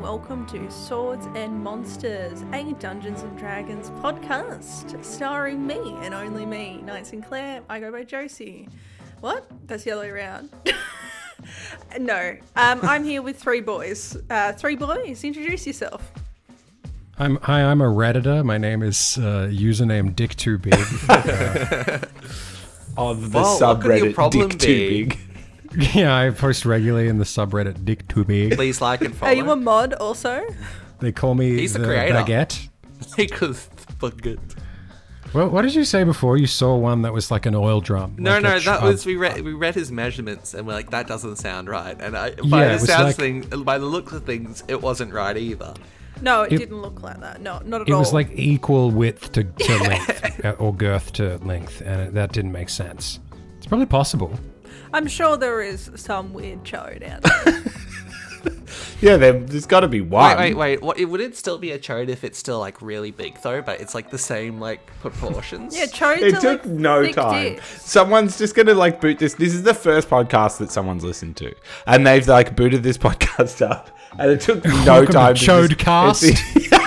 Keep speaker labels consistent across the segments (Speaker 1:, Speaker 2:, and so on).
Speaker 1: welcome to Swords and Monsters, a Dungeons and Dragons podcast starring me and only me, Knight Sinclair. I go by Josie. What? That's the other way around. no, um, I'm here with three boys. Uh, three boys, introduce yourself.
Speaker 2: I'm hi. I'm a redditor. My name is uh, username Dick Too Big.
Speaker 3: of the
Speaker 4: Well, what could your
Speaker 3: subreddit
Speaker 4: problem
Speaker 3: Dick
Speaker 4: be?
Speaker 3: Too Big.
Speaker 2: yeah, I post regularly in the subreddit Dick Too Big.
Speaker 4: Please like and follow.
Speaker 1: Are you a mod also?
Speaker 2: They call me
Speaker 4: He's the
Speaker 2: the,
Speaker 4: creator.
Speaker 2: baguette.
Speaker 4: Take us the bucket.
Speaker 2: Well, what did you say before? You saw one that was like an oil drum.
Speaker 4: No,
Speaker 2: like a
Speaker 4: no,
Speaker 2: tr- um,
Speaker 4: that
Speaker 2: a-
Speaker 4: was we read we read his measurements and we're like that doesn't sound right. And I, by
Speaker 2: Yeah,
Speaker 4: the
Speaker 2: it was
Speaker 4: sounds
Speaker 2: like-
Speaker 4: thing, by the looks of things, it wasn't right either.
Speaker 1: No, it,
Speaker 2: It-
Speaker 1: didn't look like that. No, not at
Speaker 2: It
Speaker 1: all.
Speaker 2: was like equal width to, to length uh, or girth to length, and it, that didn't make sense. It's probably possible.
Speaker 1: I'm sure there is some weird chode out there.
Speaker 3: Yeah, there- there's got to be
Speaker 4: Wait,
Speaker 3: one.
Speaker 4: wait, wait. What, it, would it still be a chode if it's still like really big though, but it's like the same like proportions?
Speaker 1: yeah, chodes
Speaker 3: It
Speaker 1: are
Speaker 3: took
Speaker 1: like
Speaker 3: no
Speaker 1: thick
Speaker 3: time.
Speaker 1: dicks.
Speaker 3: Someone's just gonna like boot this. This is the first podcast that someone's listened to, and they've like booted this podcast up, and it took no
Speaker 2: Welcome to
Speaker 3: time. just-
Speaker 2: Chodecast.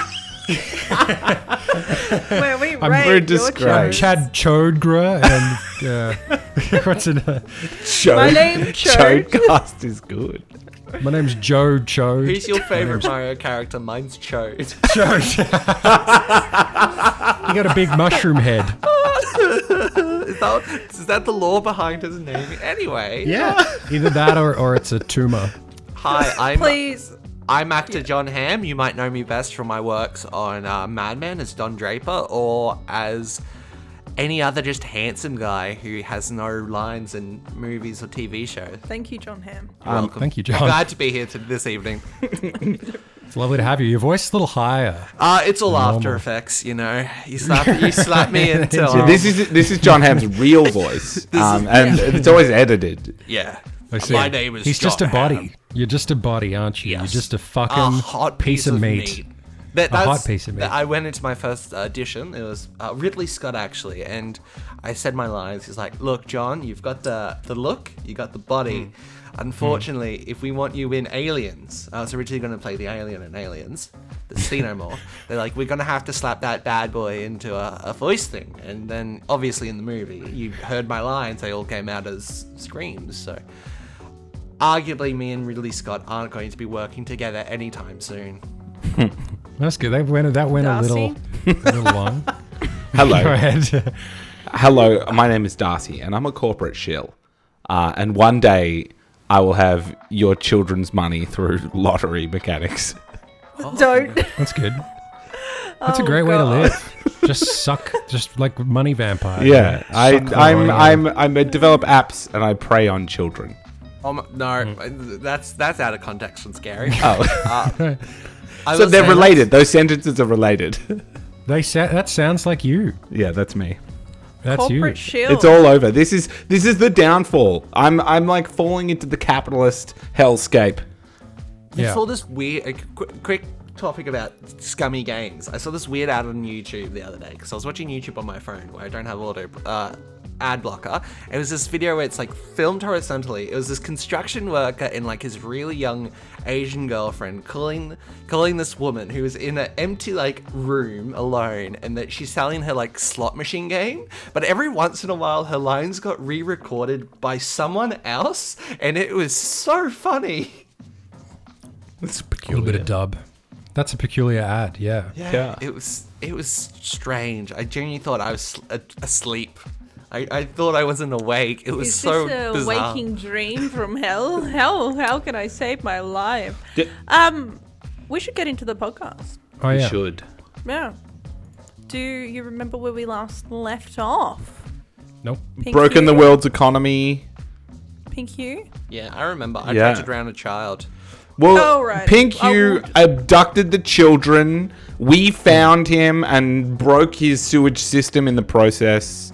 Speaker 3: it's-
Speaker 1: Where we
Speaker 2: I'm
Speaker 1: rate
Speaker 2: very
Speaker 1: your
Speaker 3: disgraced.
Speaker 1: chodes.
Speaker 2: Chad Chodgra and uh, what's it? Uh,
Speaker 3: Chode-
Speaker 1: My name, Chode.
Speaker 3: Chodecast is good.
Speaker 2: my name's Joe Chode.
Speaker 4: Who's your favorite Mario character? Mine's Chode.
Speaker 2: Chode. you got a big mushroom head.
Speaker 4: is, that, is that the law behind his name? Anyway.
Speaker 2: Yeah. Either that or, or it's a tumor.
Speaker 4: Hi, I'm
Speaker 1: Please.
Speaker 4: I'm actor John Hamm. You might know me best from my works on uh, Mad Men as Don Draper or as any other just handsome guy who has no lines in movies or TV shows.
Speaker 1: Thank you, John Ham.
Speaker 4: Welcome.
Speaker 2: Um, thank you, John.
Speaker 4: Glad to be here to this evening.
Speaker 2: It's lovely to have you. Your voice is a little higher.
Speaker 4: Uh, it's all After
Speaker 2: Normal.
Speaker 4: Effects, you know. You slap, you slap me until
Speaker 3: So this is this is John Hamm's real voice, um, and it's always edited.
Speaker 4: yeah.
Speaker 2: I see.
Speaker 4: My name is.
Speaker 2: He's just a
Speaker 4: John
Speaker 2: body.
Speaker 4: Hamm.
Speaker 2: You're just a body, aren't you?
Speaker 4: Yes.
Speaker 2: You're just a fucking
Speaker 4: a hot piece,
Speaker 2: of, meat.
Speaker 4: That,
Speaker 2: A hot
Speaker 4: that's,
Speaker 2: piece of meat.
Speaker 4: that I went into my first audition. It was uh, Ridley Scott actually, and I said my lines. He's like, "Look, John, you've got the the look, you got the body. Unfortunately, if we want you in Aliens, I was originally going to play the alien in Aliens, the xenomorph. They're like, we're going to have to slap that bad boy into a, a voice thing, and then obviously in the movie, you heard my lines. They all came out as screams. So arguably me and Ridley Scott aren't going to be working together anytime soon.
Speaker 2: That's good. That went, that went a
Speaker 1: Darcy?
Speaker 2: little, a little long. Go
Speaker 3: Hello,
Speaker 2: ahead.
Speaker 3: hello. My name is Darcy, and I'm a corporate shill. Uh, and one day, I will have your children's money through lottery mechanics.
Speaker 1: Don't.
Speaker 2: That's good. That's a
Speaker 1: Oh,
Speaker 2: great way to
Speaker 1: God.
Speaker 2: live. Just suck, just like money vampire.
Speaker 3: Yeah, I,
Speaker 2: Suck the
Speaker 3: I'm,
Speaker 2: money
Speaker 3: I'm, I'm, I develop apps and I prey on children.
Speaker 4: Oh my, no,
Speaker 3: Mm-hmm.
Speaker 4: that's that's out of context and scary.
Speaker 3: Oh,
Speaker 4: I
Speaker 3: so
Speaker 4: will
Speaker 3: they're
Speaker 4: say-
Speaker 3: related. Those sentences are related.
Speaker 2: They sa- that sounds like you.
Speaker 3: yeah, that's me.
Speaker 2: That's
Speaker 1: Corporate
Speaker 2: you.
Speaker 1: shield.
Speaker 3: It's all over. This is, this is the downfall. I'm, I'm like falling into the capitalist hellscape.
Speaker 4: I
Speaker 2: yeah.
Speaker 4: saw this weird. A quick, quick topic about scummy games. I saw this weird ad on YouTube the other day because I was watching YouTube on my phone where I don't have auto uh, ad blocker. It was this video where it's like filmed horizontally. It was this construction worker and like his really young Asian girlfriend calling calling this woman who was in an empty like room alone and that she's selling her like slot machine game. But every once in a while, her lines got re-recorded by someone else, and it was so funny.
Speaker 3: It's
Speaker 2: A little
Speaker 3: peculiar.
Speaker 2: bit of dub. That's a peculiar ad. Yeah.
Speaker 4: Yeah,
Speaker 3: Yeah.
Speaker 4: It was it was strange. I genuinely thought I was sl- a- asleep. I, I thought I wasn't awake. It was
Speaker 1: Is
Speaker 4: so
Speaker 1: this a
Speaker 4: bizarre.
Speaker 1: waking dream from hell? How how can I save my life?
Speaker 3: Yeah.
Speaker 1: Um, we should get into the podcast.
Speaker 2: Oh
Speaker 3: You
Speaker 2: yeah.
Speaker 3: should.
Speaker 1: Yeah. Do you remember where we last left off?
Speaker 2: Nope.
Speaker 1: Pink
Speaker 3: Broken
Speaker 1: Hugh?
Speaker 3: the world's economy.
Speaker 1: Pink Hugh.
Speaker 4: Yeah, I remember. I
Speaker 3: Yeah.
Speaker 4: tried to drown a child.
Speaker 3: Well,
Speaker 1: Oh, right.
Speaker 3: Pink
Speaker 1: I
Speaker 3: Hugh
Speaker 1: would-
Speaker 3: abducted the children. We found him and broke his sewage system in the process.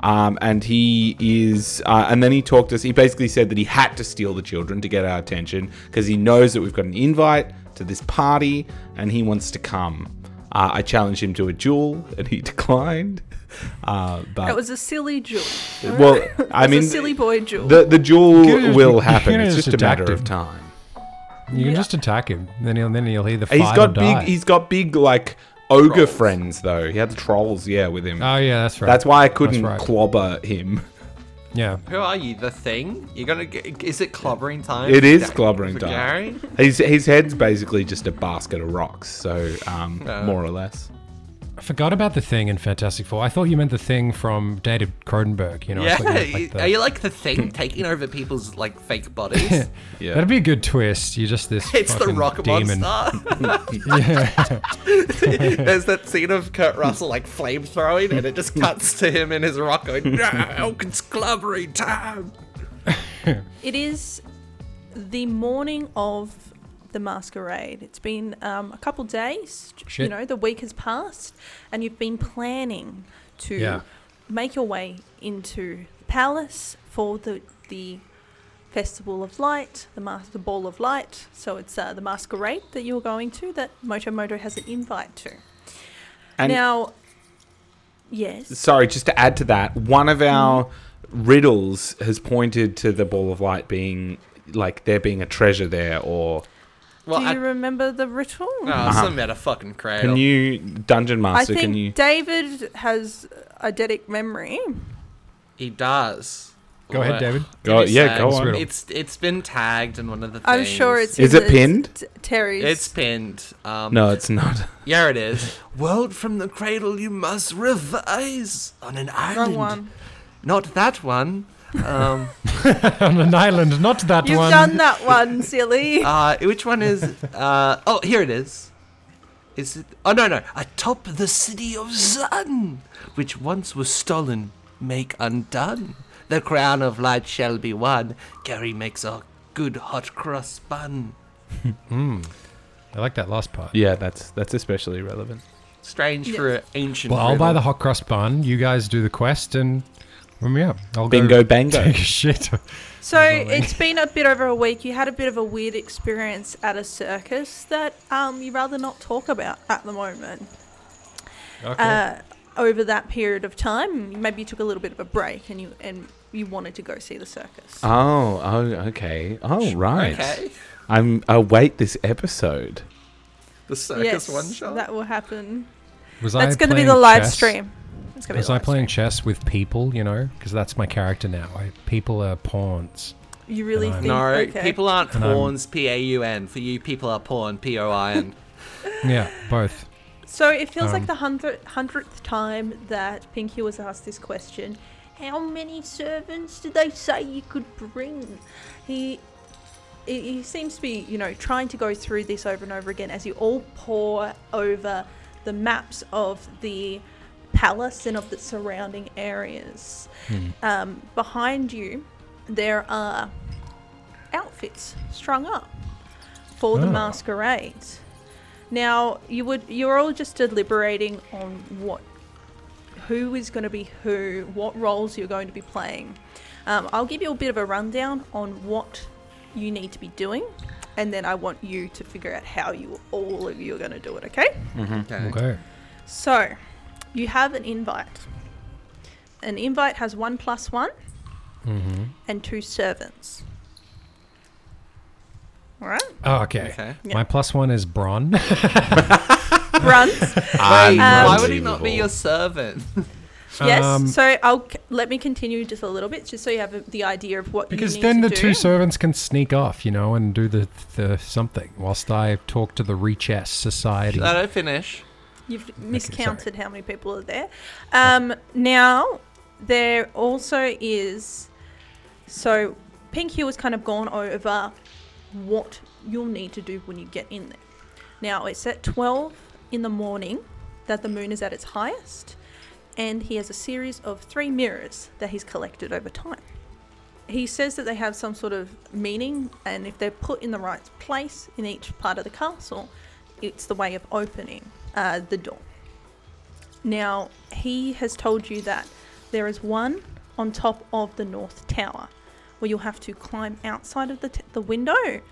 Speaker 3: Um, and he is, uh, and then he talked to us. He basically said that he had to steal the children to get our attention because he knows that we've got an invite to this party and he wants to come. Uh, I challenged him to a duel and he declined. Uh, but
Speaker 1: That was a silly jewel.
Speaker 3: well, I
Speaker 1: It's
Speaker 3: mean,
Speaker 1: a silly boy jewel.
Speaker 3: the the duel
Speaker 2: Computers-
Speaker 3: will happen. It's
Speaker 2: computers
Speaker 3: just a matter of
Speaker 2: adapted.
Speaker 3: time.
Speaker 2: You can
Speaker 1: Yeah.
Speaker 2: just attack him. Then he'll then he'll either fight
Speaker 3: He's got
Speaker 2: or
Speaker 3: big.
Speaker 2: die.
Speaker 3: He's got big like ogre
Speaker 4: Trolls.
Speaker 3: friends though. He had the trolls, yeah, with him.
Speaker 2: oh yeah, that's right.
Speaker 3: Ah, That's why I couldn't
Speaker 2: right.
Speaker 3: clobber him.
Speaker 2: Yeah.
Speaker 4: Who are you? The thing? You're gonna? g- Is it clobbering time?
Speaker 3: It is
Speaker 4: Da-
Speaker 3: clobbering
Speaker 4: for
Speaker 3: time.
Speaker 4: Gary?
Speaker 3: His his head's basically just a basket of rocks. So um, more or less.
Speaker 2: I forgot about the thing in Fantastic Four. I thought you meant the thing from David Cronenberg. You know, I
Speaker 4: Yeah.
Speaker 2: thought you meant, like, the-
Speaker 4: Are you like the thing taking over people's like fake bodies?
Speaker 3: Yeah.
Speaker 2: That'd be a good twist. You're just this.
Speaker 4: It's the
Speaker 2: fucking
Speaker 4: rock
Speaker 2: demon.
Speaker 4: monster.
Speaker 2: Yeah.
Speaker 4: There's that scene of Kurt Russell like flame throwing, and it just cuts to him in his rock going, "Now it's clobbering time."
Speaker 1: It is the morning of the masquerade. It's been um, a couple days. You
Speaker 2: Shit.
Speaker 1: know, the week has passed, and you've been planning to
Speaker 2: Yeah.
Speaker 1: make your way into the palace for the the festival of light, the mas- the ball of light. So it's uh, the masquerade that you're going to that Moto Moto has an invite to.
Speaker 3: And
Speaker 1: now, yes,
Speaker 3: sorry, just to add to that, one of our riddles has pointed to the ball of light being like there being a treasure there, or
Speaker 4: Well,
Speaker 1: do
Speaker 4: I, Ah,
Speaker 1: you
Speaker 4: no,
Speaker 1: remember the ritual?
Speaker 4: it's a meta fucking cradle.
Speaker 3: Uh-huh. can you dungeon
Speaker 1: I
Speaker 3: master?
Speaker 1: think
Speaker 3: Can you?
Speaker 1: David has eidetic memory.
Speaker 4: He does.
Speaker 2: Go ahead, David.
Speaker 3: Go-
Speaker 4: Give me
Speaker 3: Oh, yeah,
Speaker 4: a sec.
Speaker 3: go on.
Speaker 4: It's it's been tagged in one of the. Things.
Speaker 1: I'm sure it's.
Speaker 3: Is
Speaker 1: in
Speaker 3: it
Speaker 1: the-
Speaker 3: pinned?
Speaker 1: t- Terry's.
Speaker 4: It's pinned. Um,
Speaker 3: No, it's not.
Speaker 4: Yeah, it is. World from the cradle, you must revise on an
Speaker 1: wrong
Speaker 4: island.
Speaker 1: one.
Speaker 4: Not that one. Um,
Speaker 2: on an island, not that
Speaker 1: You've
Speaker 2: one.
Speaker 1: done that one, silly.
Speaker 4: uh, which one is? Uh, oh, here it is. Is it? Oh no no! Atop the city of Sun, which once was stolen, make undone. The crown of light shall be won. Gary makes a good hot cross bun.
Speaker 2: I like that last part.
Speaker 3: Yeah, that's that's especially relevant.
Speaker 4: Strange
Speaker 1: Yeah.
Speaker 4: for an ancient.
Speaker 2: Well, I'll buy
Speaker 4: riddle.
Speaker 2: the hot cross bun. You guys do the quest, and um, yeah, I'll
Speaker 3: Bingo
Speaker 2: go
Speaker 3: bango.
Speaker 2: take a shit.
Speaker 1: so it's been a bit over a week. You had a bit of a weird experience at a circus that um, you'd rather not talk about at the moment.
Speaker 2: Okay.
Speaker 1: Uh, over that period of time, maybe you took a little bit of a break and you and you wanted to go see the
Speaker 4: Uh,
Speaker 1: circus.
Speaker 3: Oh, oh, okay. Oh, right.
Speaker 4: Okay.
Speaker 3: I'm await this episode.
Speaker 4: The circus
Speaker 1: yes,
Speaker 4: one shot.
Speaker 1: that will happen.
Speaker 2: was
Speaker 1: That's
Speaker 2: I
Speaker 1: going to be
Speaker 2: playing
Speaker 1: the live
Speaker 2: chess?
Speaker 1: stream. It's going to be
Speaker 2: Was
Speaker 1: the
Speaker 2: I
Speaker 1: live
Speaker 2: playing chess with people? You know, because that's my character now. I, people are pawns.
Speaker 1: stream. You really
Speaker 2: No.
Speaker 1: think?
Speaker 4: No,
Speaker 1: okay.
Speaker 4: people aren't
Speaker 2: And I'm-
Speaker 4: pawns. P A U N. For you, people are pawn. P O I N.
Speaker 2: Yeah, both.
Speaker 1: So it feels like
Speaker 2: Um,
Speaker 1: the hundredth, hundredth time that Pinky was asked this question. How many servants did they say you could bring? He, he he seems to be, you know, trying to go through this over and over again as you all pore over the maps of the palace and of the surrounding areas. Um, behind you, there are outfits strung up for the
Speaker 2: Ah.
Speaker 1: masquerade. Now you would you're all just deliberating on what who is going to be who, what roles you're going to be playing. Um, I'll give you a bit of a rundown on what you need to be doing, and then I want you to figure out how you all of you are going to do it. Okay?
Speaker 4: Okay.
Speaker 2: Mm, Okay.
Speaker 1: So you have an invite. An invite has one plus one
Speaker 2: Mm-hmm.
Speaker 1: and two servants. All right,
Speaker 2: Oh, okay.
Speaker 4: Okay.
Speaker 1: Yeah.
Speaker 2: My plus one is Bron.
Speaker 1: Bruns.
Speaker 4: Wait,
Speaker 1: Um,
Speaker 4: why would he not be your servant?
Speaker 1: Yes.
Speaker 2: Um,
Speaker 1: so I'll c- let me continue just a little bit, just so you have a, the idea of what.
Speaker 2: Because
Speaker 1: you need
Speaker 2: then
Speaker 1: to
Speaker 2: the
Speaker 1: do.
Speaker 2: two servants can sneak off, you know, and do the, the something whilst I talk to the Rechess Society.
Speaker 4: I don't finish.
Speaker 1: You've miscounted how many people are there. Um, now, there also is. So, Pink Hill has kind of gone over what you'll need to do when you get in there. Now, it's at 12 in the morning that the moon is at its highest, and he has a series of three mirrors that he's collected over time. He says that they have some sort of meaning, and if they're put in the right place in each part of the castle, it's the way of opening uh, the door. Now, he has told you that there is one on top of the North Tower where you'll have to climb outside of the, t- the window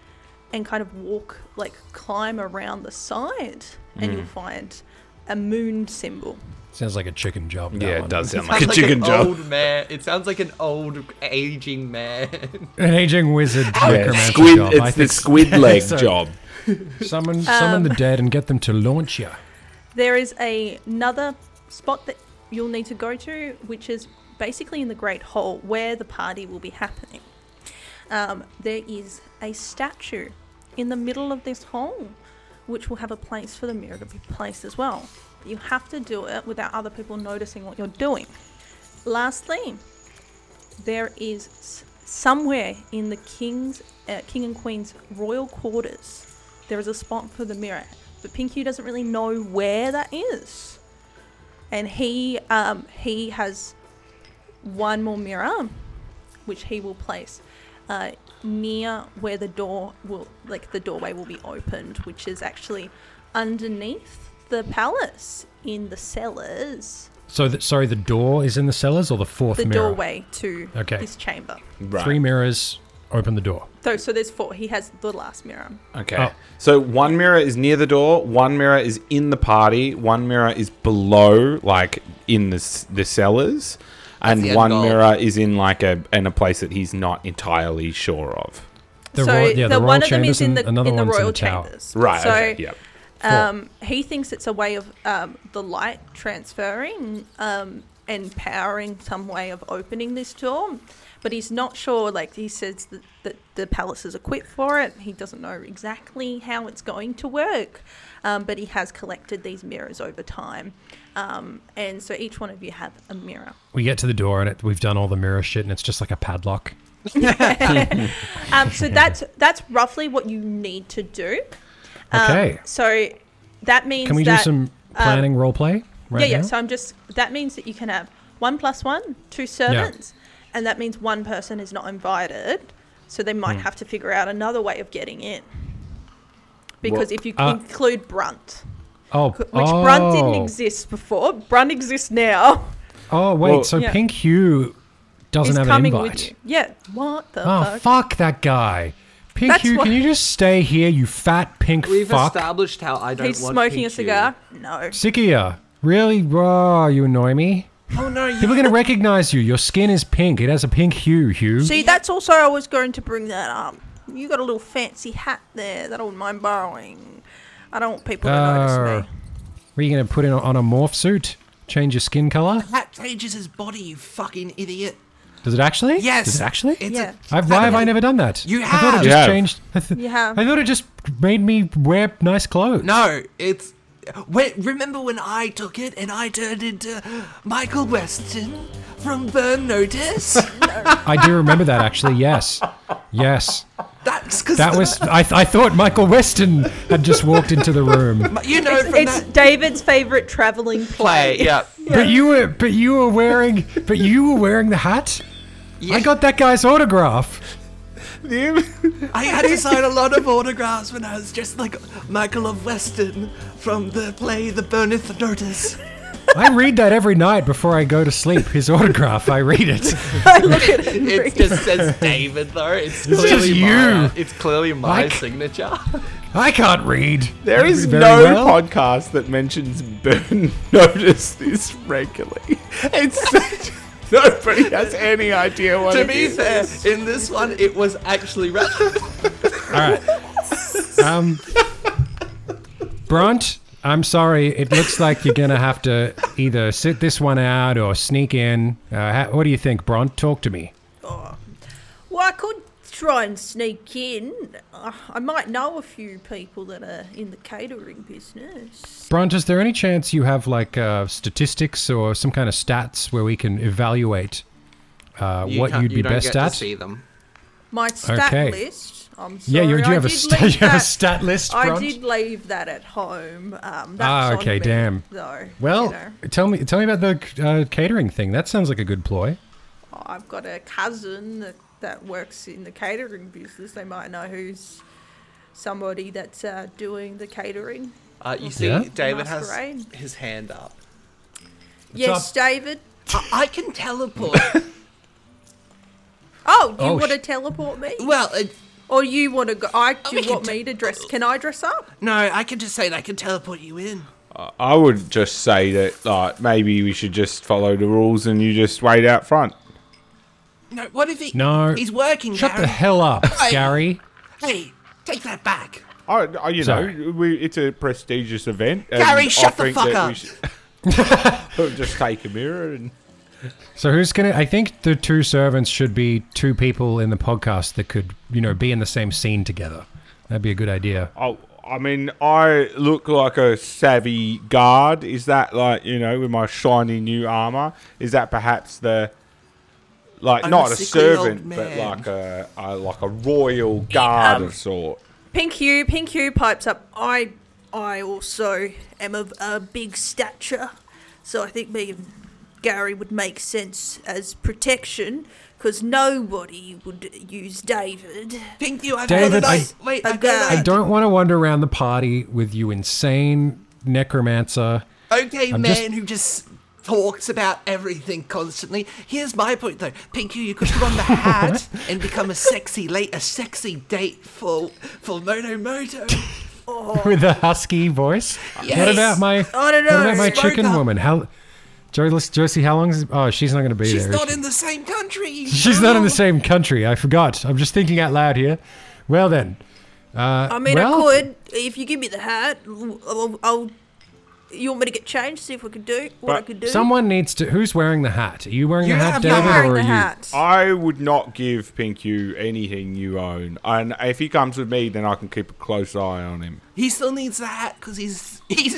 Speaker 1: and kind of walk, like climb around the side, and you'll find a moon symbol
Speaker 2: Sounds like a chicken job. that
Speaker 3: Yeah, it
Speaker 2: one.
Speaker 3: does sound
Speaker 4: Sounds
Speaker 3: like a chicken
Speaker 4: an
Speaker 3: job.
Speaker 4: Old man. It sounds like an old aging man.
Speaker 2: An aging wizard
Speaker 3: Yeah,
Speaker 2: necromancer
Speaker 3: squid,
Speaker 2: job. I
Speaker 3: it's the
Speaker 2: think
Speaker 3: squid leg
Speaker 2: so.
Speaker 3: job.
Speaker 2: Summon, summon
Speaker 1: Um,
Speaker 2: the dead and get them to launch you.
Speaker 1: There is a, another spot that you'll need to go to, which is basically in the Great Hall where the party will be happening. Um, there is a statue in the middle of this hall, which will have a place for the mirror to be placed as well. But you have to do it without other people noticing what you're doing. Lastly, there is s- somewhere in the king's uh, king and queen's royal quarters there is a spot for the mirror but pinky doesn't really know where that is and he um, he has one more mirror which he will place uh, near where the door will like the doorway will be opened which is actually underneath the palace in the cellars
Speaker 2: So, the, sorry, the door is in the cellars or the fourth
Speaker 1: the
Speaker 2: mirror?
Speaker 1: doorway to
Speaker 2: Okay.
Speaker 1: this chamber
Speaker 3: Right.
Speaker 2: Three mirrors, open the door.
Speaker 1: So, so there's four. He has the last mirror.
Speaker 3: Okay.
Speaker 2: Oh.
Speaker 3: So one mirror is near the door, one mirror is in the party, one mirror is below, like in the, s- the cellars, and
Speaker 4: the end
Speaker 3: one
Speaker 4: goal.
Speaker 3: mirror is in like a in a place that he's not entirely sure of.
Speaker 2: The
Speaker 1: so
Speaker 2: royal- yeah, the royal
Speaker 1: one of them
Speaker 2: chambers
Speaker 1: is in
Speaker 2: and
Speaker 1: the, in
Speaker 2: another
Speaker 1: the
Speaker 2: one's in
Speaker 1: royal
Speaker 2: the tower.
Speaker 1: chambers.
Speaker 3: Right.
Speaker 1: So
Speaker 3: okay. Yep.
Speaker 1: um, he thinks it's a way of um, the light transferring um, and powering some way of opening this door, but he's not sure. Like he says that, that the palace is equipped for it. He doesn't know exactly how it's going to work, um, but he has collected these mirrors over time, um, and so each one of you have a mirror.
Speaker 2: We get to the door and it, we've done all the mirror shit and it's just like a padlock.
Speaker 1: Um, so that's that's roughly what you need to do. Um,
Speaker 2: Okay.
Speaker 1: So that means
Speaker 2: Can we
Speaker 1: that, um, uh,
Speaker 2: do some planning role play right
Speaker 1: yeah, yeah.
Speaker 2: now?
Speaker 1: So I'm just that means that you can have one plus one, two servants, and that means one person is not invited, so they
Speaker 2: Hmm.
Speaker 1: might have to figure out another way of getting in. Because if you
Speaker 2: uh,
Speaker 1: include Brunt,
Speaker 2: oh,
Speaker 1: which
Speaker 2: oh,
Speaker 1: Brunt didn't exist before, Brunt exists now.
Speaker 2: Oh, wait,
Speaker 3: Well-
Speaker 2: so
Speaker 1: Yeah.
Speaker 2: Pink Hugh doesn't
Speaker 1: He's
Speaker 2: have an
Speaker 1: coming
Speaker 2: invite.
Speaker 1: with you. Yeah. What the
Speaker 2: Oh,
Speaker 1: fuck?
Speaker 2: fuck that guy. Pink
Speaker 1: That's
Speaker 2: Hugh,
Speaker 1: why-
Speaker 2: can you just stay here, you fat pink
Speaker 4: We've
Speaker 2: fuck?
Speaker 4: established how I don't.
Speaker 1: He's
Speaker 4: want
Speaker 1: smoking a
Speaker 4: PQ.
Speaker 1: cigar. No.
Speaker 2: Sick of ya. Really? Raw, you annoy me.
Speaker 4: Oh no! You
Speaker 2: People are gonna recognize you. Your skin is pink. It has a pink hue, Hugh.
Speaker 1: See, that's also I was going to bring that up. You got a little fancy hat there that I wouldn't mind borrowing. I don't want people to
Speaker 2: Arr.
Speaker 1: notice me.
Speaker 2: What are you gonna put in on a morph suit? Change your skin color?
Speaker 4: That changes his body, you fucking idiot.
Speaker 2: Does it actually?
Speaker 4: Yes.
Speaker 2: Does it actually?
Speaker 4: It's
Speaker 1: Yeah.
Speaker 4: a,
Speaker 2: I've, why have I never done that?
Speaker 4: You
Speaker 2: I thought
Speaker 4: have.
Speaker 2: it
Speaker 4: You
Speaker 2: just
Speaker 3: have.
Speaker 2: changed. I, th-
Speaker 1: You have.
Speaker 2: I thought it just made me wear nice clothes.
Speaker 4: no, it's. Wait, remember when I took it and I turned into Michael Weston from Burn Notice?
Speaker 2: I do remember that actually. Yes. Yes.
Speaker 4: That's because
Speaker 2: That was. I, I thought Michael Weston had just walked into the room.
Speaker 4: you know from
Speaker 1: It's
Speaker 4: that
Speaker 1: David's favorite traveling play.
Speaker 4: play. Yeah.
Speaker 2: But you were. But you were wearing. But you were wearing the hat.
Speaker 4: Yeah.
Speaker 2: I got that guy's autograph.
Speaker 4: I had to sign a lot of autographs when I was just like Michael of Weston from the play The Burneth Notice.
Speaker 2: I read that every night before I go to sleep. His autograph. I read it.
Speaker 1: I look at it.
Speaker 4: It just says David though. It's
Speaker 2: just
Speaker 4: clearly my,
Speaker 2: you.
Speaker 4: It's clearly my
Speaker 2: Like-
Speaker 4: signature.
Speaker 2: I can't read.
Speaker 3: There is
Speaker 2: Very
Speaker 3: no
Speaker 2: well.
Speaker 3: podcast that mentions burn notice this regularly. It's such, nobody has any idea what
Speaker 4: to
Speaker 3: it
Speaker 4: be
Speaker 3: is.
Speaker 4: fair, in this one it was actually ra-
Speaker 2: Um, Brunt, I'm sorry. It looks like you're gonna have to either sit this one out or sneak in. Uh, ha- what do you think, Brunt? Talk to me.
Speaker 1: Well, I could try and sneak in. Uh, I might know a few people that are in the catering business.
Speaker 2: Brunt, is there any chance you have like uh, statistics or some kind of stats where we can evaluate uh, what
Speaker 4: can't-
Speaker 2: you'd be
Speaker 4: you don't
Speaker 2: best
Speaker 4: get to
Speaker 2: at?
Speaker 4: see them.
Speaker 1: My stat
Speaker 2: Okay.
Speaker 1: list. I'm sorry.
Speaker 2: yeah, you do
Speaker 1: I
Speaker 2: have a
Speaker 1: did
Speaker 2: stat.
Speaker 1: leave
Speaker 2: You have a
Speaker 1: that-
Speaker 2: stat list,
Speaker 1: I
Speaker 2: Brunt.
Speaker 1: did leave that at home. Um, that's
Speaker 2: Ah,
Speaker 1: on
Speaker 2: okay,
Speaker 1: me,
Speaker 2: damn.
Speaker 1: Though,
Speaker 2: Well,
Speaker 1: you know.
Speaker 2: tell me, tell me about the uh, catering thing. That sounds like a good ploy.
Speaker 1: I've got a cousin that, that works in the catering business. They might know who's somebody that's uh, doing the catering.
Speaker 4: Uh, you see,
Speaker 2: Yeah.
Speaker 4: David has
Speaker 1: Masquerade.
Speaker 4: his hand up.
Speaker 1: yes,
Speaker 2: up?
Speaker 1: David.
Speaker 4: I, I can teleport.
Speaker 1: Oh, you
Speaker 2: Oh,
Speaker 1: want to
Speaker 2: sh-
Speaker 1: teleport me?
Speaker 4: well, uh, it,
Speaker 1: or you want to go? I, do
Speaker 4: Oh, we
Speaker 1: you
Speaker 4: can
Speaker 1: want
Speaker 4: te-
Speaker 1: me to dress? Can I dress up?
Speaker 4: no, I can just say that I can teleport you in.
Speaker 3: I- I would just say that like maybe we should just follow the rules and you just wait out front.
Speaker 4: No, what if he?
Speaker 2: No.
Speaker 4: he's working.
Speaker 2: Shut the
Speaker 4: Gary.
Speaker 2: hell up,
Speaker 4: Hey.
Speaker 2: Gary.
Speaker 4: Hey, take that back.
Speaker 3: I, I you
Speaker 2: Sorry.
Speaker 3: know, we, it's a prestigious event. and
Speaker 4: Gary, shut
Speaker 3: I
Speaker 4: the
Speaker 3: think
Speaker 4: fuck
Speaker 3: that
Speaker 4: up.
Speaker 3: We should, We'll just take a mirror and
Speaker 2: So who's gonna? I think the two servants should be two people in the podcast that could, you know, be in the same scene together. That'd be a good idea.
Speaker 3: I, I mean, I look like a savvy guard. Is that like you know, with my shiny new armor? Is that perhaps the like
Speaker 4: I'm
Speaker 3: not
Speaker 4: a
Speaker 3: a
Speaker 4: sickly old
Speaker 3: servant, but
Speaker 4: man.
Speaker 3: like a, a like a royal guard
Speaker 1: um,
Speaker 3: of sort?
Speaker 1: Pink Hugh, Pink Hugh pipes up. I, I also am of a big stature, so I think me and Gary would make sense as protection, because nobody would use David.
Speaker 4: Pink you. I've
Speaker 2: David,
Speaker 4: got
Speaker 2: I-
Speaker 4: an idea. Wait,
Speaker 1: I've
Speaker 4: I've got. an
Speaker 2: I
Speaker 1: got-
Speaker 4: idea.
Speaker 2: don't want to wander around the party with you, insane necromancer.
Speaker 4: Okay,
Speaker 2: I'm
Speaker 4: man
Speaker 2: just-
Speaker 4: who just talks about everything constantly. Here's my point though, Pinky, you could put on the hat and become a sexy late, a sexy date for for Moto Moto.
Speaker 2: with a husky voice. What
Speaker 4: Oh. Yes.
Speaker 2: about my?
Speaker 1: I don't
Speaker 2: What
Speaker 1: know.
Speaker 2: about my
Speaker 4: Spoke
Speaker 2: chicken
Speaker 4: up.
Speaker 2: woman? How? Jo- Josie, how long is? Oh, she's not going to be
Speaker 4: She's
Speaker 2: there. is
Speaker 4: not
Speaker 2: she?
Speaker 4: in the same country.
Speaker 2: She's not in the same country. I forgot. I'm just thinking out loud here. Well then,
Speaker 1: I mean,
Speaker 2: Uh, well-
Speaker 1: I could if you give me the hat. I'll, I'll. You want me to get changed? See if we could do what I
Speaker 3: But
Speaker 1: could do.
Speaker 2: someone needs to. Who's wearing the hat? Are you wearing
Speaker 4: You
Speaker 2: the hat,
Speaker 4: have
Speaker 2: David,
Speaker 1: I'm wearing
Speaker 2: or are
Speaker 1: the
Speaker 2: you?
Speaker 1: hat.
Speaker 3: I would not give Pink you anything you own, and if he comes with me, then I can keep a close eye on him.
Speaker 4: He still needs the hat because he's he's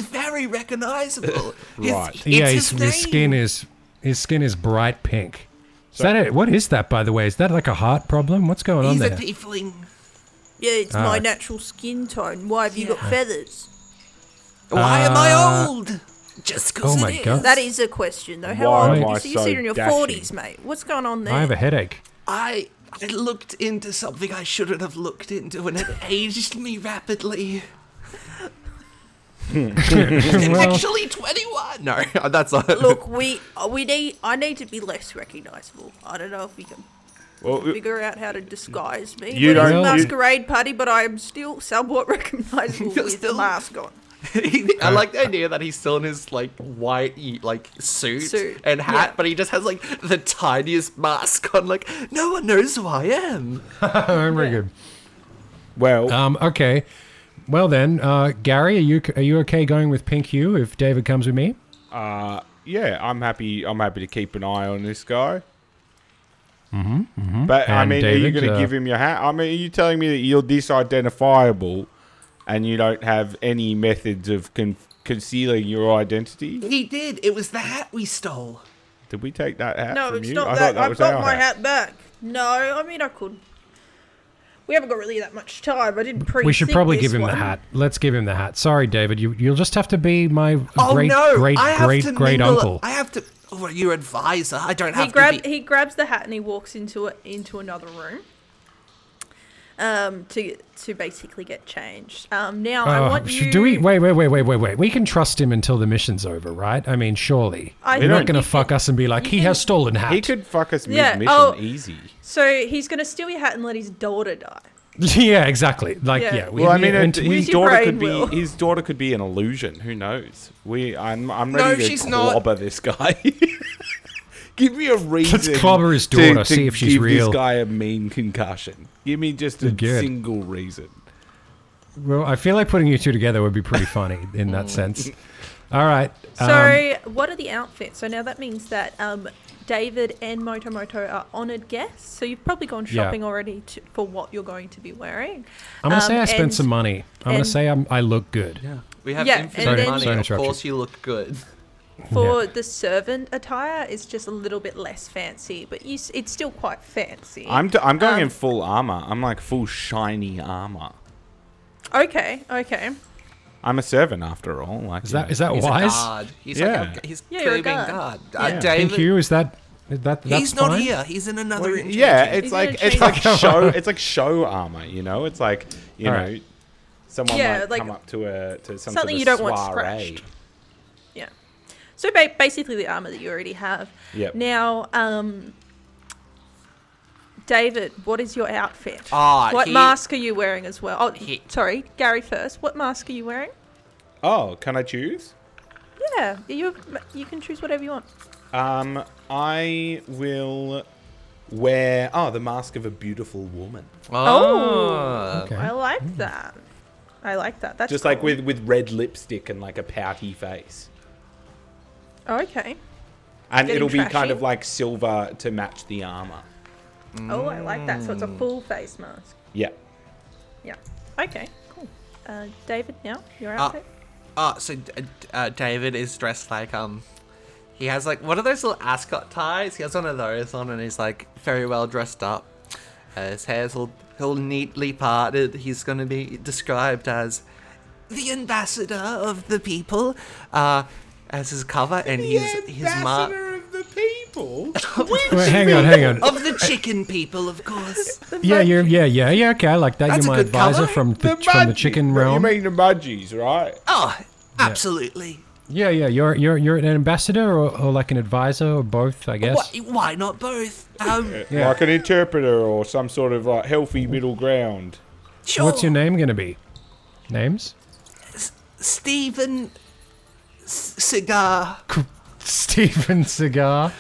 Speaker 4: very recognizable.
Speaker 3: Right.
Speaker 4: His,
Speaker 2: yeah,
Speaker 4: it's
Speaker 2: his,
Speaker 4: his,
Speaker 2: his skin
Speaker 4: name.
Speaker 2: is his skin is bright pink. Is that it? What is that, by the way? Is that like a heart problem? What's going on
Speaker 4: He's a
Speaker 2: there?
Speaker 4: tiefling.
Speaker 1: Yeah, it's my
Speaker 2: Ah.
Speaker 1: natural skin tone. Why have you got
Speaker 4: Yeah.
Speaker 1: feathers?
Speaker 4: Why am
Speaker 2: Uh,
Speaker 4: I old? Just
Speaker 2: oh
Speaker 4: because
Speaker 2: my God.
Speaker 1: That is a question, though. How
Speaker 3: Why
Speaker 1: old
Speaker 2: am
Speaker 1: are
Speaker 3: I
Speaker 1: you? So you
Speaker 3: so
Speaker 1: said you're in your
Speaker 3: dashing?
Speaker 1: forties, mate. What's going on there?
Speaker 2: I have a headache.
Speaker 4: I I looked into something I shouldn't have looked into, and it aged me rapidly. I'm
Speaker 2: Hmm. well,
Speaker 4: actually 21. No, that's not.
Speaker 1: Look, we uh, we need. I need to be less recognizable. I don't know if we can
Speaker 3: Well,
Speaker 1: figure out how to disguise me.
Speaker 3: You
Speaker 1: We're at a
Speaker 2: don't- you-
Speaker 1: masquerade party, but I am still somewhat recognizable
Speaker 4: You're
Speaker 1: with the
Speaker 4: still-
Speaker 1: mask on.
Speaker 4: I like the idea that he's still in his like white e, like suit,
Speaker 1: Suit,
Speaker 4: and hat,
Speaker 1: yeah.
Speaker 4: but he just has like the tiniest mask on. Like no one knows who I am.
Speaker 2: very good.
Speaker 3: well,
Speaker 2: Um, okay. Well then, uh, Gary, are you are you okay going with Pink Hugh if David comes with me?
Speaker 3: yeah, I'm happy. I'm happy to keep an eye on this guy. Mm-hmm, But
Speaker 2: Mm-hmm,
Speaker 3: I
Speaker 2: And
Speaker 3: mean, are you
Speaker 2: David,
Speaker 3: going to
Speaker 2: uh,
Speaker 3: give him your hat? I mean, are you telling me that you're disidentifiable and you don't have any methods of con- concealing your identity?
Speaker 4: He did. It was the hat we stole.
Speaker 3: Did we take that hat
Speaker 1: No,
Speaker 3: from
Speaker 1: it's
Speaker 3: you?
Speaker 1: not
Speaker 3: I
Speaker 1: that.
Speaker 3: thought
Speaker 1: I've
Speaker 3: was
Speaker 1: got
Speaker 3: our
Speaker 1: my hat. back. No, I mean I could. We haven't got really that much time. I didn't pre.
Speaker 2: We should probably give him the hat. Let's give him the hat. Sorry, David. You you'll just have to be my
Speaker 4: Oh
Speaker 2: great
Speaker 4: no!
Speaker 2: great
Speaker 4: I have
Speaker 2: great
Speaker 4: to
Speaker 2: great
Speaker 4: mingle-
Speaker 2: uncle.
Speaker 4: I have to. Oh, your advisor. I don't have
Speaker 1: He grab
Speaker 4: to. Be,
Speaker 1: he grabs the hat and he walks into a, into another room. Um, to to basically get changed. Um, now I
Speaker 2: Oh,
Speaker 1: want
Speaker 2: should-
Speaker 1: you.
Speaker 2: Do we wait, wait, wait, wait, wait, wait? We can trust him until the mission's over, right? I mean, surely
Speaker 1: I
Speaker 2: you're
Speaker 1: think
Speaker 2: not going
Speaker 1: you
Speaker 2: to fuck
Speaker 1: can-
Speaker 2: us and be like,
Speaker 1: you
Speaker 2: he
Speaker 1: can-
Speaker 2: has stolen hat.
Speaker 3: He could fuck us
Speaker 1: Yeah,
Speaker 3: mid-mission
Speaker 1: oh.
Speaker 3: easy.
Speaker 1: So he's gonna steal your hat and let his daughter die.
Speaker 2: yeah, exactly. Like,
Speaker 1: Yeah.
Speaker 2: yeah. we,
Speaker 3: Well, I mean,
Speaker 2: yeah,
Speaker 3: it,
Speaker 2: and we-
Speaker 3: his
Speaker 1: Your
Speaker 3: daughter
Speaker 1: brain
Speaker 3: could be
Speaker 1: will.
Speaker 3: his daughter could be an illusion. Who knows? We, I'm, I'm
Speaker 4: No,
Speaker 3: ready to
Speaker 4: she's not.
Speaker 3: clobber this guy. Give me a reason.
Speaker 2: clobber his
Speaker 3: to-
Speaker 2: daughter,
Speaker 3: to
Speaker 2: see if she's
Speaker 3: give
Speaker 2: real.
Speaker 3: This guy a mean concussion. Give me just a
Speaker 2: Good.
Speaker 3: single reason.
Speaker 2: well, I feel like putting you two together would be pretty funny in that sense. All right. um,
Speaker 1: So what are the outfits? So now that means that um, David and Motomoto are honoured guests. So you've probably gone
Speaker 2: Yeah.
Speaker 1: shopping already to, for what you're going to be wearing.
Speaker 2: I'm gonna say I
Speaker 1: Um,
Speaker 2: spent
Speaker 1: and-
Speaker 2: some money. I'm gonna
Speaker 1: and-
Speaker 2: say I'm, I look good.
Speaker 4: we have
Speaker 1: Yeah,
Speaker 4: infinite
Speaker 1: and then-
Speaker 4: money.
Speaker 2: Sorry to
Speaker 4: of
Speaker 2: interrupt you.
Speaker 4: course, you look good.
Speaker 1: For the servant attire is just a little bit less fancy, but you, s- it's still quite fancy.
Speaker 3: I'm, t- I'm going
Speaker 1: Um,
Speaker 3: in full armor. I'm like full shiny armor.
Speaker 1: okay, okay.
Speaker 3: I'm a servant after all. Like
Speaker 2: Is
Speaker 3: you
Speaker 2: that
Speaker 3: know.
Speaker 2: is that
Speaker 4: He's a
Speaker 2: wise?
Speaker 4: guard. He's
Speaker 3: Yeah.
Speaker 4: like a, he's
Speaker 1: Yeah, you're a
Speaker 4: craving
Speaker 1: guard.
Speaker 4: guard. Uh,
Speaker 3: Yeah.
Speaker 4: David,
Speaker 2: Thank you. Is that is that that's
Speaker 4: he's not
Speaker 2: fine?
Speaker 4: here. He's in another.
Speaker 3: Well,
Speaker 4: engine.
Speaker 3: yeah,
Speaker 1: He's
Speaker 3: it's
Speaker 1: gonna
Speaker 3: like
Speaker 1: change
Speaker 3: it's like
Speaker 2: it.
Speaker 3: show it's like show armor, you know. It's like you
Speaker 2: All
Speaker 3: know,
Speaker 2: right.
Speaker 3: someone
Speaker 1: Yeah,
Speaker 3: might
Speaker 1: like,
Speaker 3: come up to a to some sort
Speaker 1: something
Speaker 3: of
Speaker 1: you don't want
Speaker 3: soiree.
Speaker 1: scratched. Yeah. So ba- basically, the armor that you already have.
Speaker 3: Yep.
Speaker 1: Now, um, David, what is your outfit?
Speaker 4: Ah,
Speaker 1: what
Speaker 4: he-
Speaker 1: mask are you wearing as well? Oh,
Speaker 4: He-
Speaker 1: sorry, Gary first. What mask are you wearing?
Speaker 3: Oh, can I choose?
Speaker 1: Yeah, you you can choose whatever you want.
Speaker 3: Um, I will wear oh the mask of a beautiful woman,
Speaker 1: Oh.
Speaker 2: Okay.
Speaker 1: I like that. I like that. That's
Speaker 3: Hmm. just like
Speaker 1: cool.
Speaker 3: with with red lipstick and like a pouty face,
Speaker 1: Okay.
Speaker 3: and
Speaker 1: Getting
Speaker 3: it'll be kind
Speaker 1: trashy.
Speaker 3: of like silver to match the armor.
Speaker 1: Oh, I like that. So it's a
Speaker 3: Hmm.
Speaker 1: full face mask.
Speaker 3: Yeah.
Speaker 1: Yeah. Okay. Cool. Uh, David, now your
Speaker 4: Ah.
Speaker 1: outfit.
Speaker 4: Ah, so D- D- uh, David is dressed like um, he has like one of those little ascot ties. He has one of those on, and he's like very well dressed up. Uh, his hair's all all neatly parted. He's going to be described as the ambassador of the people. Uh, as his cover, and he's his mark
Speaker 3: of the people.
Speaker 2: Wait, hang on, hang on.
Speaker 4: of the chicken people, of course.
Speaker 2: Yeah, you're, yeah, yeah, yeah. Okay, I like that.
Speaker 4: That's
Speaker 2: you're
Speaker 4: a
Speaker 2: my
Speaker 4: good
Speaker 2: advisor
Speaker 4: colour.
Speaker 2: from the, from the chicken realm.
Speaker 3: You mean the mudgies, right?
Speaker 4: oh, absolutely.
Speaker 2: Yeah, yeah. You're you're you're an ambassador or, or like an advisor or both, I guess.
Speaker 4: Why, why not both? Um,
Speaker 2: Yeah.
Speaker 3: Like an interpreter or some sort of like healthy middle ground.
Speaker 4: sure.
Speaker 2: What's your name gonna be? Names?
Speaker 4: Stephen C- Cigar.
Speaker 2: Stephen Cigar,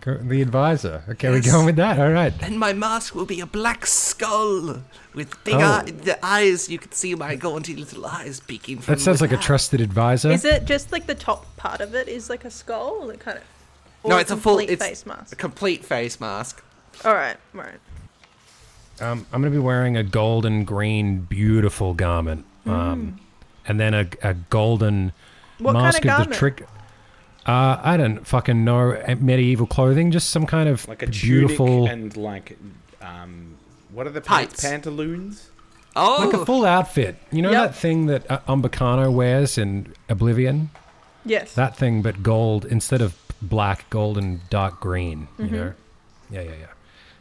Speaker 2: Go- the advisor. Okay, we're going with that. All right.
Speaker 4: And my mask will be a black skull with
Speaker 2: Oh.
Speaker 4: big eye, the eyes. You can see my gauntly little eyes peeking from.
Speaker 2: That sounds like a
Speaker 4: without.
Speaker 2: trusted advisor.
Speaker 1: Is it just like the top part of it is like a skull? It kind of.
Speaker 4: No, it's a full
Speaker 1: complete
Speaker 4: it's
Speaker 1: face
Speaker 4: A
Speaker 1: mask.
Speaker 4: complete face mask.
Speaker 1: All right, right.
Speaker 2: Um, I'm going to be wearing a gold and green, beautiful garment,
Speaker 1: Mm.
Speaker 2: um, and then a, a golden
Speaker 1: What kind
Speaker 2: mask
Speaker 1: of garment?
Speaker 2: the trick. Uh, I don't fucking know uh, medieval clothing, just some kind of
Speaker 3: Like a
Speaker 2: beautiful,
Speaker 3: tunic and like, um, what are the
Speaker 4: Tights.
Speaker 3: pants? Pantaloons?
Speaker 4: Oh,
Speaker 2: like a full outfit. You know
Speaker 1: Yep.
Speaker 2: that thing that uh, Umbricano wears in Oblivion.
Speaker 1: Yes.
Speaker 2: That thing, but gold instead of black, gold and dark green. You know, yeah, yeah, yeah.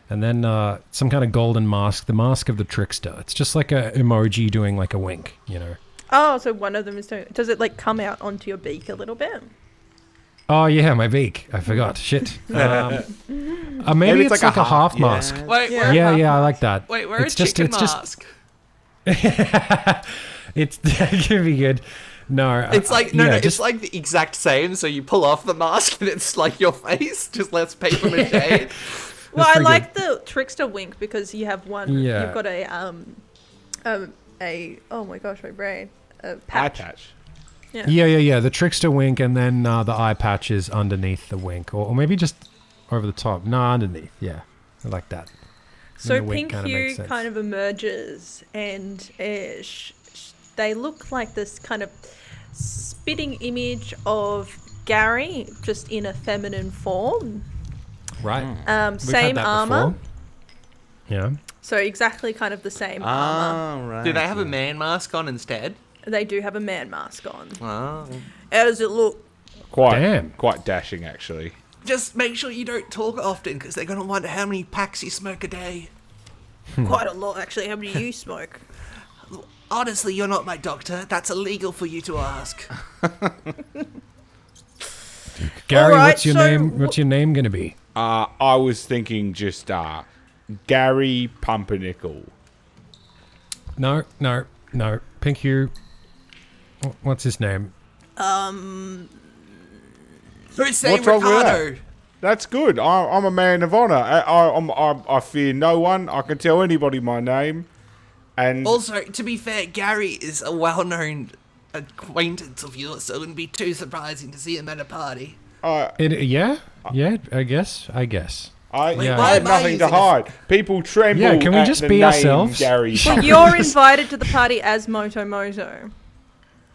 Speaker 2: And then uh, some kind of golden mask, the mask of the trickster. It's just like a emoji doing like a wink. You know.
Speaker 1: oh, so one of them is doing. Does it like come out onto your beak a little bit?
Speaker 2: Oh yeah, my beak. I forgot. Shit. Um, uh, maybe, it's, like, a, half, mask.
Speaker 3: yeah.
Speaker 4: wait,
Speaker 1: Yeah.
Speaker 4: wear
Speaker 2: Yeah,
Speaker 4: a
Speaker 2: yeah,
Speaker 4: ma-
Speaker 2: I like that.
Speaker 4: Wait, wear
Speaker 2: it's
Speaker 4: a chicken
Speaker 2: it's
Speaker 4: mask.
Speaker 2: it's that could be good. No, uh,
Speaker 4: it's like no,
Speaker 2: yeah,
Speaker 4: no, it's
Speaker 2: just-
Speaker 4: like the exact same. So you pull off the mask and it's like your face, just less paper mache.
Speaker 1: Well, I
Speaker 2: pretty good.
Speaker 1: like the trickster wink because you have one.
Speaker 2: Yeah.
Speaker 1: You've got a um, um, a oh my gosh, my brain. A
Speaker 3: Eye
Speaker 1: patch.
Speaker 3: patch.
Speaker 2: yeah, yeah, yeah. The trickster wink, and then uh, the eye patch is underneath the wink, or, or maybe just over the top. No, underneath. Yeah, I like that.
Speaker 1: So
Speaker 2: the wink
Speaker 1: pink
Speaker 2: kinda
Speaker 1: hue
Speaker 2: makes sense.
Speaker 1: kind of emerges, and uh, sh- sh- they look like this kind of spitting image of Gary, just in a feminine form.
Speaker 2: Right.
Speaker 1: Um, same armor.
Speaker 2: Yeah.
Speaker 1: So exactly kind of the same armor.
Speaker 3: Ah, right.
Speaker 4: Do they have a man mask on instead?
Speaker 1: They do have a man mask on.
Speaker 4: Oh.
Speaker 1: How does it look?
Speaker 3: Quite,
Speaker 2: Damn.
Speaker 3: quite dashing actually.
Speaker 4: Just make sure you don't talk often, because they're gonna wonder how many packs you smoke a day.
Speaker 2: Hmm.
Speaker 1: Quite a lot, actually. How many do you smoke?
Speaker 4: Honestly, you're not my doctor. That's illegal for you to ask.
Speaker 2: Gary,
Speaker 1: Alright,
Speaker 2: what's your
Speaker 1: so
Speaker 2: name?
Speaker 1: wh-
Speaker 2: What's your name gonna be?
Speaker 3: Uh, I was thinking just uh, Gary Pumpernickel.
Speaker 2: No, no, no. Pink hue. Wh- What's his name?
Speaker 4: Who's saying
Speaker 3: What's wrong with
Speaker 4: Ricardo?
Speaker 3: That's good. I, I'm a man of honor. I, I, I'm, I, I fear no one. I can tell anybody my name. And
Speaker 4: Also, to be fair, Gary is a well-known acquaintance of yours, so it wouldn't be too surprising to see him at a party.
Speaker 2: It, yeah, yeah. I guess. I guess.
Speaker 3: I,
Speaker 2: Yeah.
Speaker 3: I
Speaker 4: why
Speaker 3: have
Speaker 4: am I
Speaker 3: nothing to
Speaker 4: using a-
Speaker 3: hide. People tremble.
Speaker 2: Yeah, can we
Speaker 3: at
Speaker 2: just
Speaker 3: the
Speaker 2: be
Speaker 3: name
Speaker 2: ourselves?
Speaker 3: Gary.
Speaker 1: Well, you're invited to the party as Moto
Speaker 2: Hmm?
Speaker 1: Moto.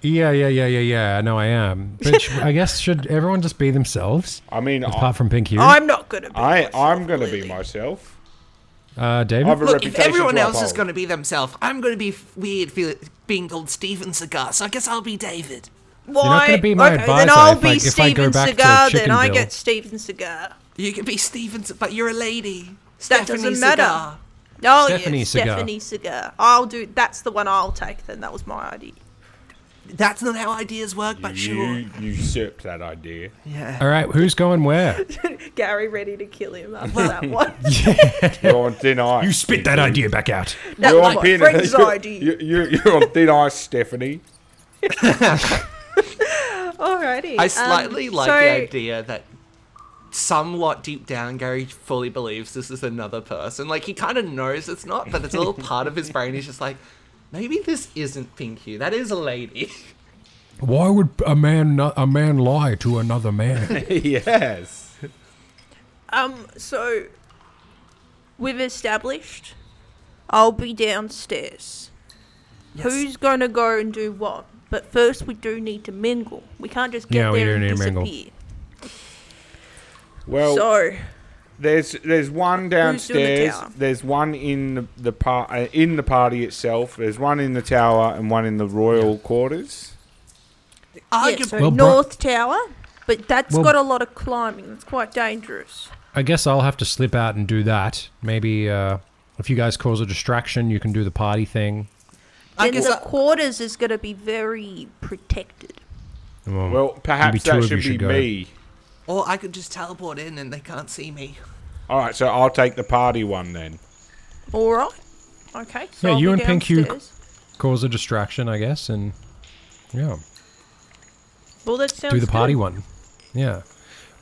Speaker 2: Yeah, yeah, yeah, yeah, yeah. I know I am. But sh- I guess should everyone just be themselves?
Speaker 3: I mean, I,
Speaker 2: Apart from Pink Hugh,
Speaker 1: I'm not good at
Speaker 3: I, I'm going to
Speaker 1: clearly.
Speaker 3: be myself.
Speaker 2: uh,
Speaker 3: I have a
Speaker 2: David.
Speaker 4: Look, if
Speaker 3: reputation
Speaker 4: everyone
Speaker 3: to
Speaker 4: else is
Speaker 3: uphold.
Speaker 4: going to be themselves, I'm going to be f- weird feel- being called Stephen Cigar, so I guess I'll be David.
Speaker 1: Why?
Speaker 2: not gonna be my
Speaker 1: okay, then
Speaker 2: advisor
Speaker 1: I'll
Speaker 2: if
Speaker 1: be
Speaker 2: I- if I go
Speaker 1: Steven
Speaker 2: back to
Speaker 1: Cigar. Then I
Speaker 2: Chickenville.
Speaker 1: get Steven Oh, Cigar.
Speaker 4: You can be Stephen, C- but you're a lady.
Speaker 1: That
Speaker 4: Stephanie
Speaker 1: doesn't matter.
Speaker 4: Cigar.
Speaker 1: Oh
Speaker 2: Stephanie
Speaker 1: yes,
Speaker 2: Cigar.
Speaker 1: Stephanie Cigar. I'll do. That's the one I'll take. Then that was my idea.
Speaker 4: That's not how ideas work, but sure.
Speaker 3: You usurped that idea.
Speaker 2: All right, who's going where?
Speaker 1: Gary ready to kill him after that one.
Speaker 3: You're on thin ice.
Speaker 2: You spit that idea back out.
Speaker 1: That
Speaker 3: you're
Speaker 1: was
Speaker 3: on
Speaker 1: my
Speaker 3: thin
Speaker 1: friend's
Speaker 3: you're,
Speaker 1: idea.
Speaker 3: You, you, you're on thin ice, Stephanie.
Speaker 1: Alrighty.
Speaker 4: I
Speaker 1: um,
Speaker 4: slightly like
Speaker 1: so,
Speaker 4: the idea that somewhat deep down Gary fully believes this is another person. Like he kind of knows it's not, but it's a little part of his brain is just like, maybe this isn't Pinky. That is a lady.
Speaker 2: Why would a man not, a man lie to another man?
Speaker 3: yes.
Speaker 1: Um, so we've established I'll be downstairs. Who's gonna go and do what? But first, we do need to mingle. We can't just get
Speaker 2: Yeah, we
Speaker 1: there
Speaker 2: do
Speaker 1: and
Speaker 2: need to mingle.
Speaker 1: disappear.
Speaker 3: Well,
Speaker 1: so
Speaker 3: There's there's one
Speaker 1: Who's doing the
Speaker 3: downstairs.
Speaker 1: tower?
Speaker 3: there's one in the the par- uh, in the party itself. There's one in the tower and one in the royal quarters.
Speaker 1: yeah,
Speaker 4: Arguably,
Speaker 1: so
Speaker 2: Well, Bri-
Speaker 1: North Tower, but that's
Speaker 2: Well-
Speaker 1: got a lot of climbing. That's quite dangerous.
Speaker 2: I guess I'll have to slip out and do that. Maybe uh, if you guys cause a distraction, you can do the party thing.
Speaker 4: I
Speaker 1: Then
Speaker 4: guess
Speaker 1: the
Speaker 4: I-
Speaker 1: quarters is gonna be very protected.
Speaker 3: Well, perhaps
Speaker 2: two
Speaker 3: that
Speaker 2: of you
Speaker 3: should be
Speaker 2: should go.
Speaker 3: me.
Speaker 4: or I could just teleport in and they can't see me.
Speaker 3: All right, so I'll take the party one then.
Speaker 1: All right. Okay. So
Speaker 2: Yeah,
Speaker 1: I'll
Speaker 2: you
Speaker 1: be
Speaker 2: and Pink, you-
Speaker 1: downstairs.
Speaker 2: cause a distraction, I guess, and yeah,
Speaker 1: Well, that sounds
Speaker 2: do the party
Speaker 1: good.
Speaker 2: one. Yeah,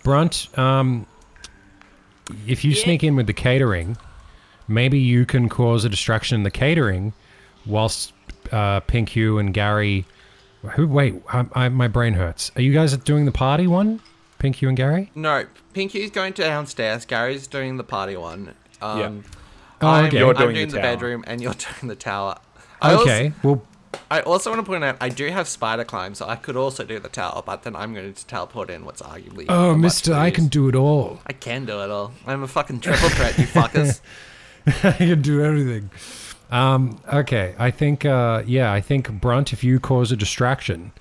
Speaker 2: Brunt. Um, if you
Speaker 1: Yeah.
Speaker 2: sneak in with the catering, maybe you can cause a distraction in the catering, whilst uh, Pink, you and Gary. Who? Wait, I, I, my brain hurts. Are you guys doing the party one? Pink, you and Gary.
Speaker 4: No, Pinky's going downstairs. Gary's doing the party one. Um,
Speaker 2: Oh,
Speaker 4: I'm,
Speaker 2: okay.
Speaker 4: I'm
Speaker 2: You're
Speaker 3: doing
Speaker 4: doing,
Speaker 3: the
Speaker 4: the,
Speaker 3: tower.
Speaker 4: bedroom and you're doing the tower. I also-
Speaker 2: Okay. well,
Speaker 4: I also want to point out I do have spider climb, so I could also do the tower, but then I'm going to teleport in what's arguably.
Speaker 2: oh,
Speaker 4: a much
Speaker 2: Mister, I
Speaker 4: bigger
Speaker 2: can
Speaker 4: use.
Speaker 2: do it all.
Speaker 4: I can do it all. I'm a fucking triple threat, you fuckers.
Speaker 2: I can do everything. Um, okay, I think uh, yeah, I think Brunt, if you cause a distraction,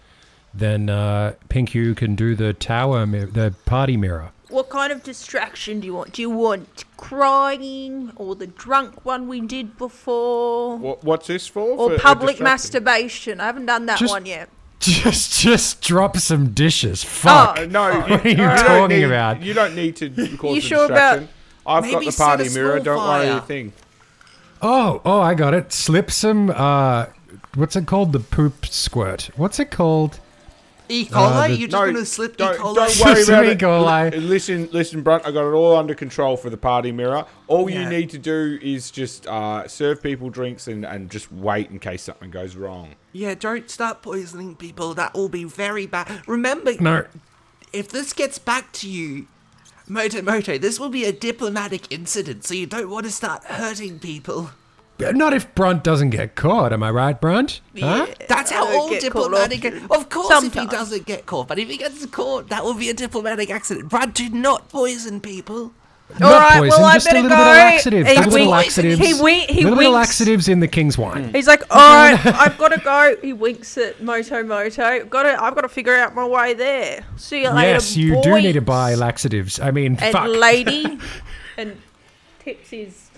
Speaker 2: then uh, Pink you can do the tower, mir- the party mirror.
Speaker 1: What kind of distraction do you want? Do you want crying or the drunk one we did before?
Speaker 3: What, what's this for?
Speaker 1: Or
Speaker 3: For a
Speaker 1: public
Speaker 3: distraction?
Speaker 1: masturbation? I haven't done that
Speaker 2: Just-
Speaker 1: one yet.
Speaker 2: Just just drop some dishes. Fuck.
Speaker 1: Oh,
Speaker 3: Uh, No, you,
Speaker 2: What are you
Speaker 3: don't
Speaker 2: talking
Speaker 3: need-
Speaker 2: about?
Speaker 3: You don't need to cause
Speaker 1: You
Speaker 3: a
Speaker 1: sure about-
Speaker 3: distraction. I've got
Speaker 4: Maybe
Speaker 3: the
Speaker 4: set a
Speaker 3: party mirror.
Speaker 4: small
Speaker 3: Don't worry
Speaker 4: fire.
Speaker 3: a thing.
Speaker 2: Oh, oh, I got it. Slip some. Uh, what's it called? The poop squirt. What's it called?
Speaker 4: E. coli?
Speaker 2: Uh, the-
Speaker 4: You're just
Speaker 3: No,
Speaker 4: going to slip E.
Speaker 3: don't,
Speaker 4: coli?
Speaker 3: don't worry
Speaker 2: Sesame
Speaker 3: about it.
Speaker 2: coli.
Speaker 3: L- Listen, listen, Brunt. I got it all under control for the party mirror. All you
Speaker 4: Yeah.
Speaker 3: need to do is just uh, serve people drinks and, and just wait in case something goes wrong.
Speaker 4: Yeah, don't start poisoning people. That will be very bad. Remember,
Speaker 2: No.
Speaker 4: if this gets back to you, Moto Moto, this will be a diplomatic incident, so you don't want to start hurting people.
Speaker 2: Not if Brunt doesn't get caught. Am I right, Brunt? Huh?
Speaker 4: That's how
Speaker 1: I don't
Speaker 4: all
Speaker 1: get caught
Speaker 4: diplomatic.
Speaker 1: often.
Speaker 4: Of course, if he
Speaker 1: Sometimes.
Speaker 4: doesn't get caught, but if he gets caught, that will be a diplomatic accident. Brad, do not poison people.
Speaker 1: All
Speaker 2: Not
Speaker 1: right,
Speaker 2: poison,
Speaker 1: well, I
Speaker 2: just a
Speaker 1: better
Speaker 2: little
Speaker 1: go.
Speaker 2: bit of laxatives.
Speaker 1: He
Speaker 2: little bit of
Speaker 1: winks-
Speaker 2: laxatives.
Speaker 1: he win- he
Speaker 2: little bit
Speaker 1: winks.
Speaker 2: of laxatives in the king's wine.
Speaker 1: He's like, all right, I've got to go. He winks at Moto Moto. Got to, I've got to figure out my way there. See you later.
Speaker 2: Yes, you do need to buy
Speaker 1: boys."
Speaker 2: laxatives. I mean,
Speaker 1: and
Speaker 2: fuck.
Speaker 1: lady and tips is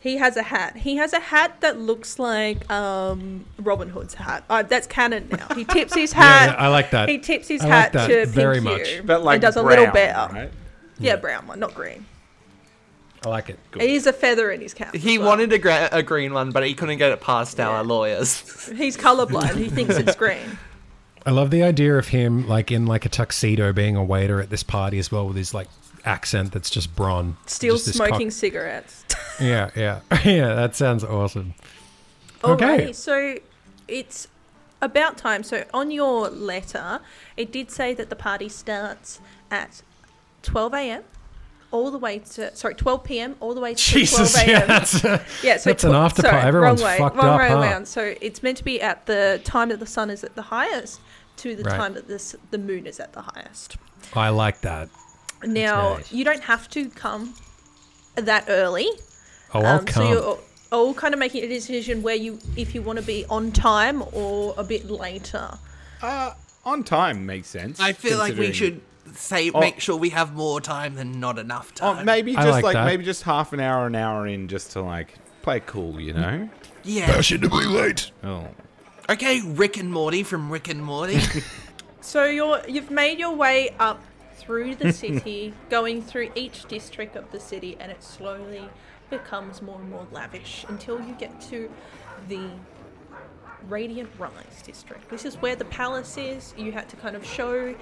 Speaker 1: he has a hat he has a hat that looks like um robin hood's hat uh, that's canon now he tips his hat
Speaker 2: yeah, I like that.
Speaker 1: he tips his
Speaker 2: I like
Speaker 1: hat
Speaker 2: that
Speaker 1: to
Speaker 2: very
Speaker 1: Pinky
Speaker 2: much.
Speaker 1: Hugh
Speaker 3: But like
Speaker 1: and does
Speaker 3: brown,
Speaker 1: a little better
Speaker 3: Right?
Speaker 1: yeah, brown one not green
Speaker 2: I like it.
Speaker 1: it is a feather in his cap as
Speaker 4: He
Speaker 1: well.
Speaker 4: wanted a, gra- a green one, but he couldn't get it past our lawyers.
Speaker 1: he's colorblind he thinks it's green
Speaker 2: I love the idea of him like in like a tuxedo being a waiter at this party as well with his like accent that's just brawn.
Speaker 1: still
Speaker 2: Just this cock-
Speaker 1: smoking cigarettes
Speaker 2: Yeah, yeah. yeah, that sounds awesome. Okay.
Speaker 1: Alrighty, so it's about time. So on your letter, it did say that the party starts at 12 a.m. all the way to sorry 12 p.m. all the way to
Speaker 2: Jesus,
Speaker 1: 12
Speaker 2: yeah,
Speaker 1: a.m.
Speaker 2: that's
Speaker 1: Yeah, so
Speaker 2: That's an after
Speaker 1: sorry,
Speaker 2: party. Everyone's
Speaker 1: wrong way,
Speaker 2: fucked
Speaker 1: wrong
Speaker 2: up,
Speaker 1: way
Speaker 2: huh?
Speaker 1: around. So it's meant to be at the time that the sun is at the highest to the
Speaker 2: Right.
Speaker 1: time that this the moon is at the highest.
Speaker 2: I like that.
Speaker 1: Now
Speaker 2: nice.
Speaker 1: you don't have to come that early.
Speaker 2: Oh, I'll
Speaker 1: Um,
Speaker 2: come.
Speaker 1: So you're all kind of making a decision where you, if you want to be on time or a bit later.
Speaker 3: Uh, on time makes sense.
Speaker 4: I feel like we
Speaker 3: considering-
Speaker 4: should say make sure we have more time than not enough time.
Speaker 3: Oh, maybe
Speaker 2: I
Speaker 3: just
Speaker 2: like
Speaker 3: like,
Speaker 2: that.
Speaker 3: maybe just half an hour, an hour in, just to like play it cool, you know?
Speaker 4: Yeah.
Speaker 3: Oh,
Speaker 4: Okay, Rick and Morty from Rick and Morty.
Speaker 1: So you're you've made your way up through the city, going through each district of the city, and it slowly becomes more and more lavish until you get to the Radiant Rise District. This is where the palace is. You had to kind of show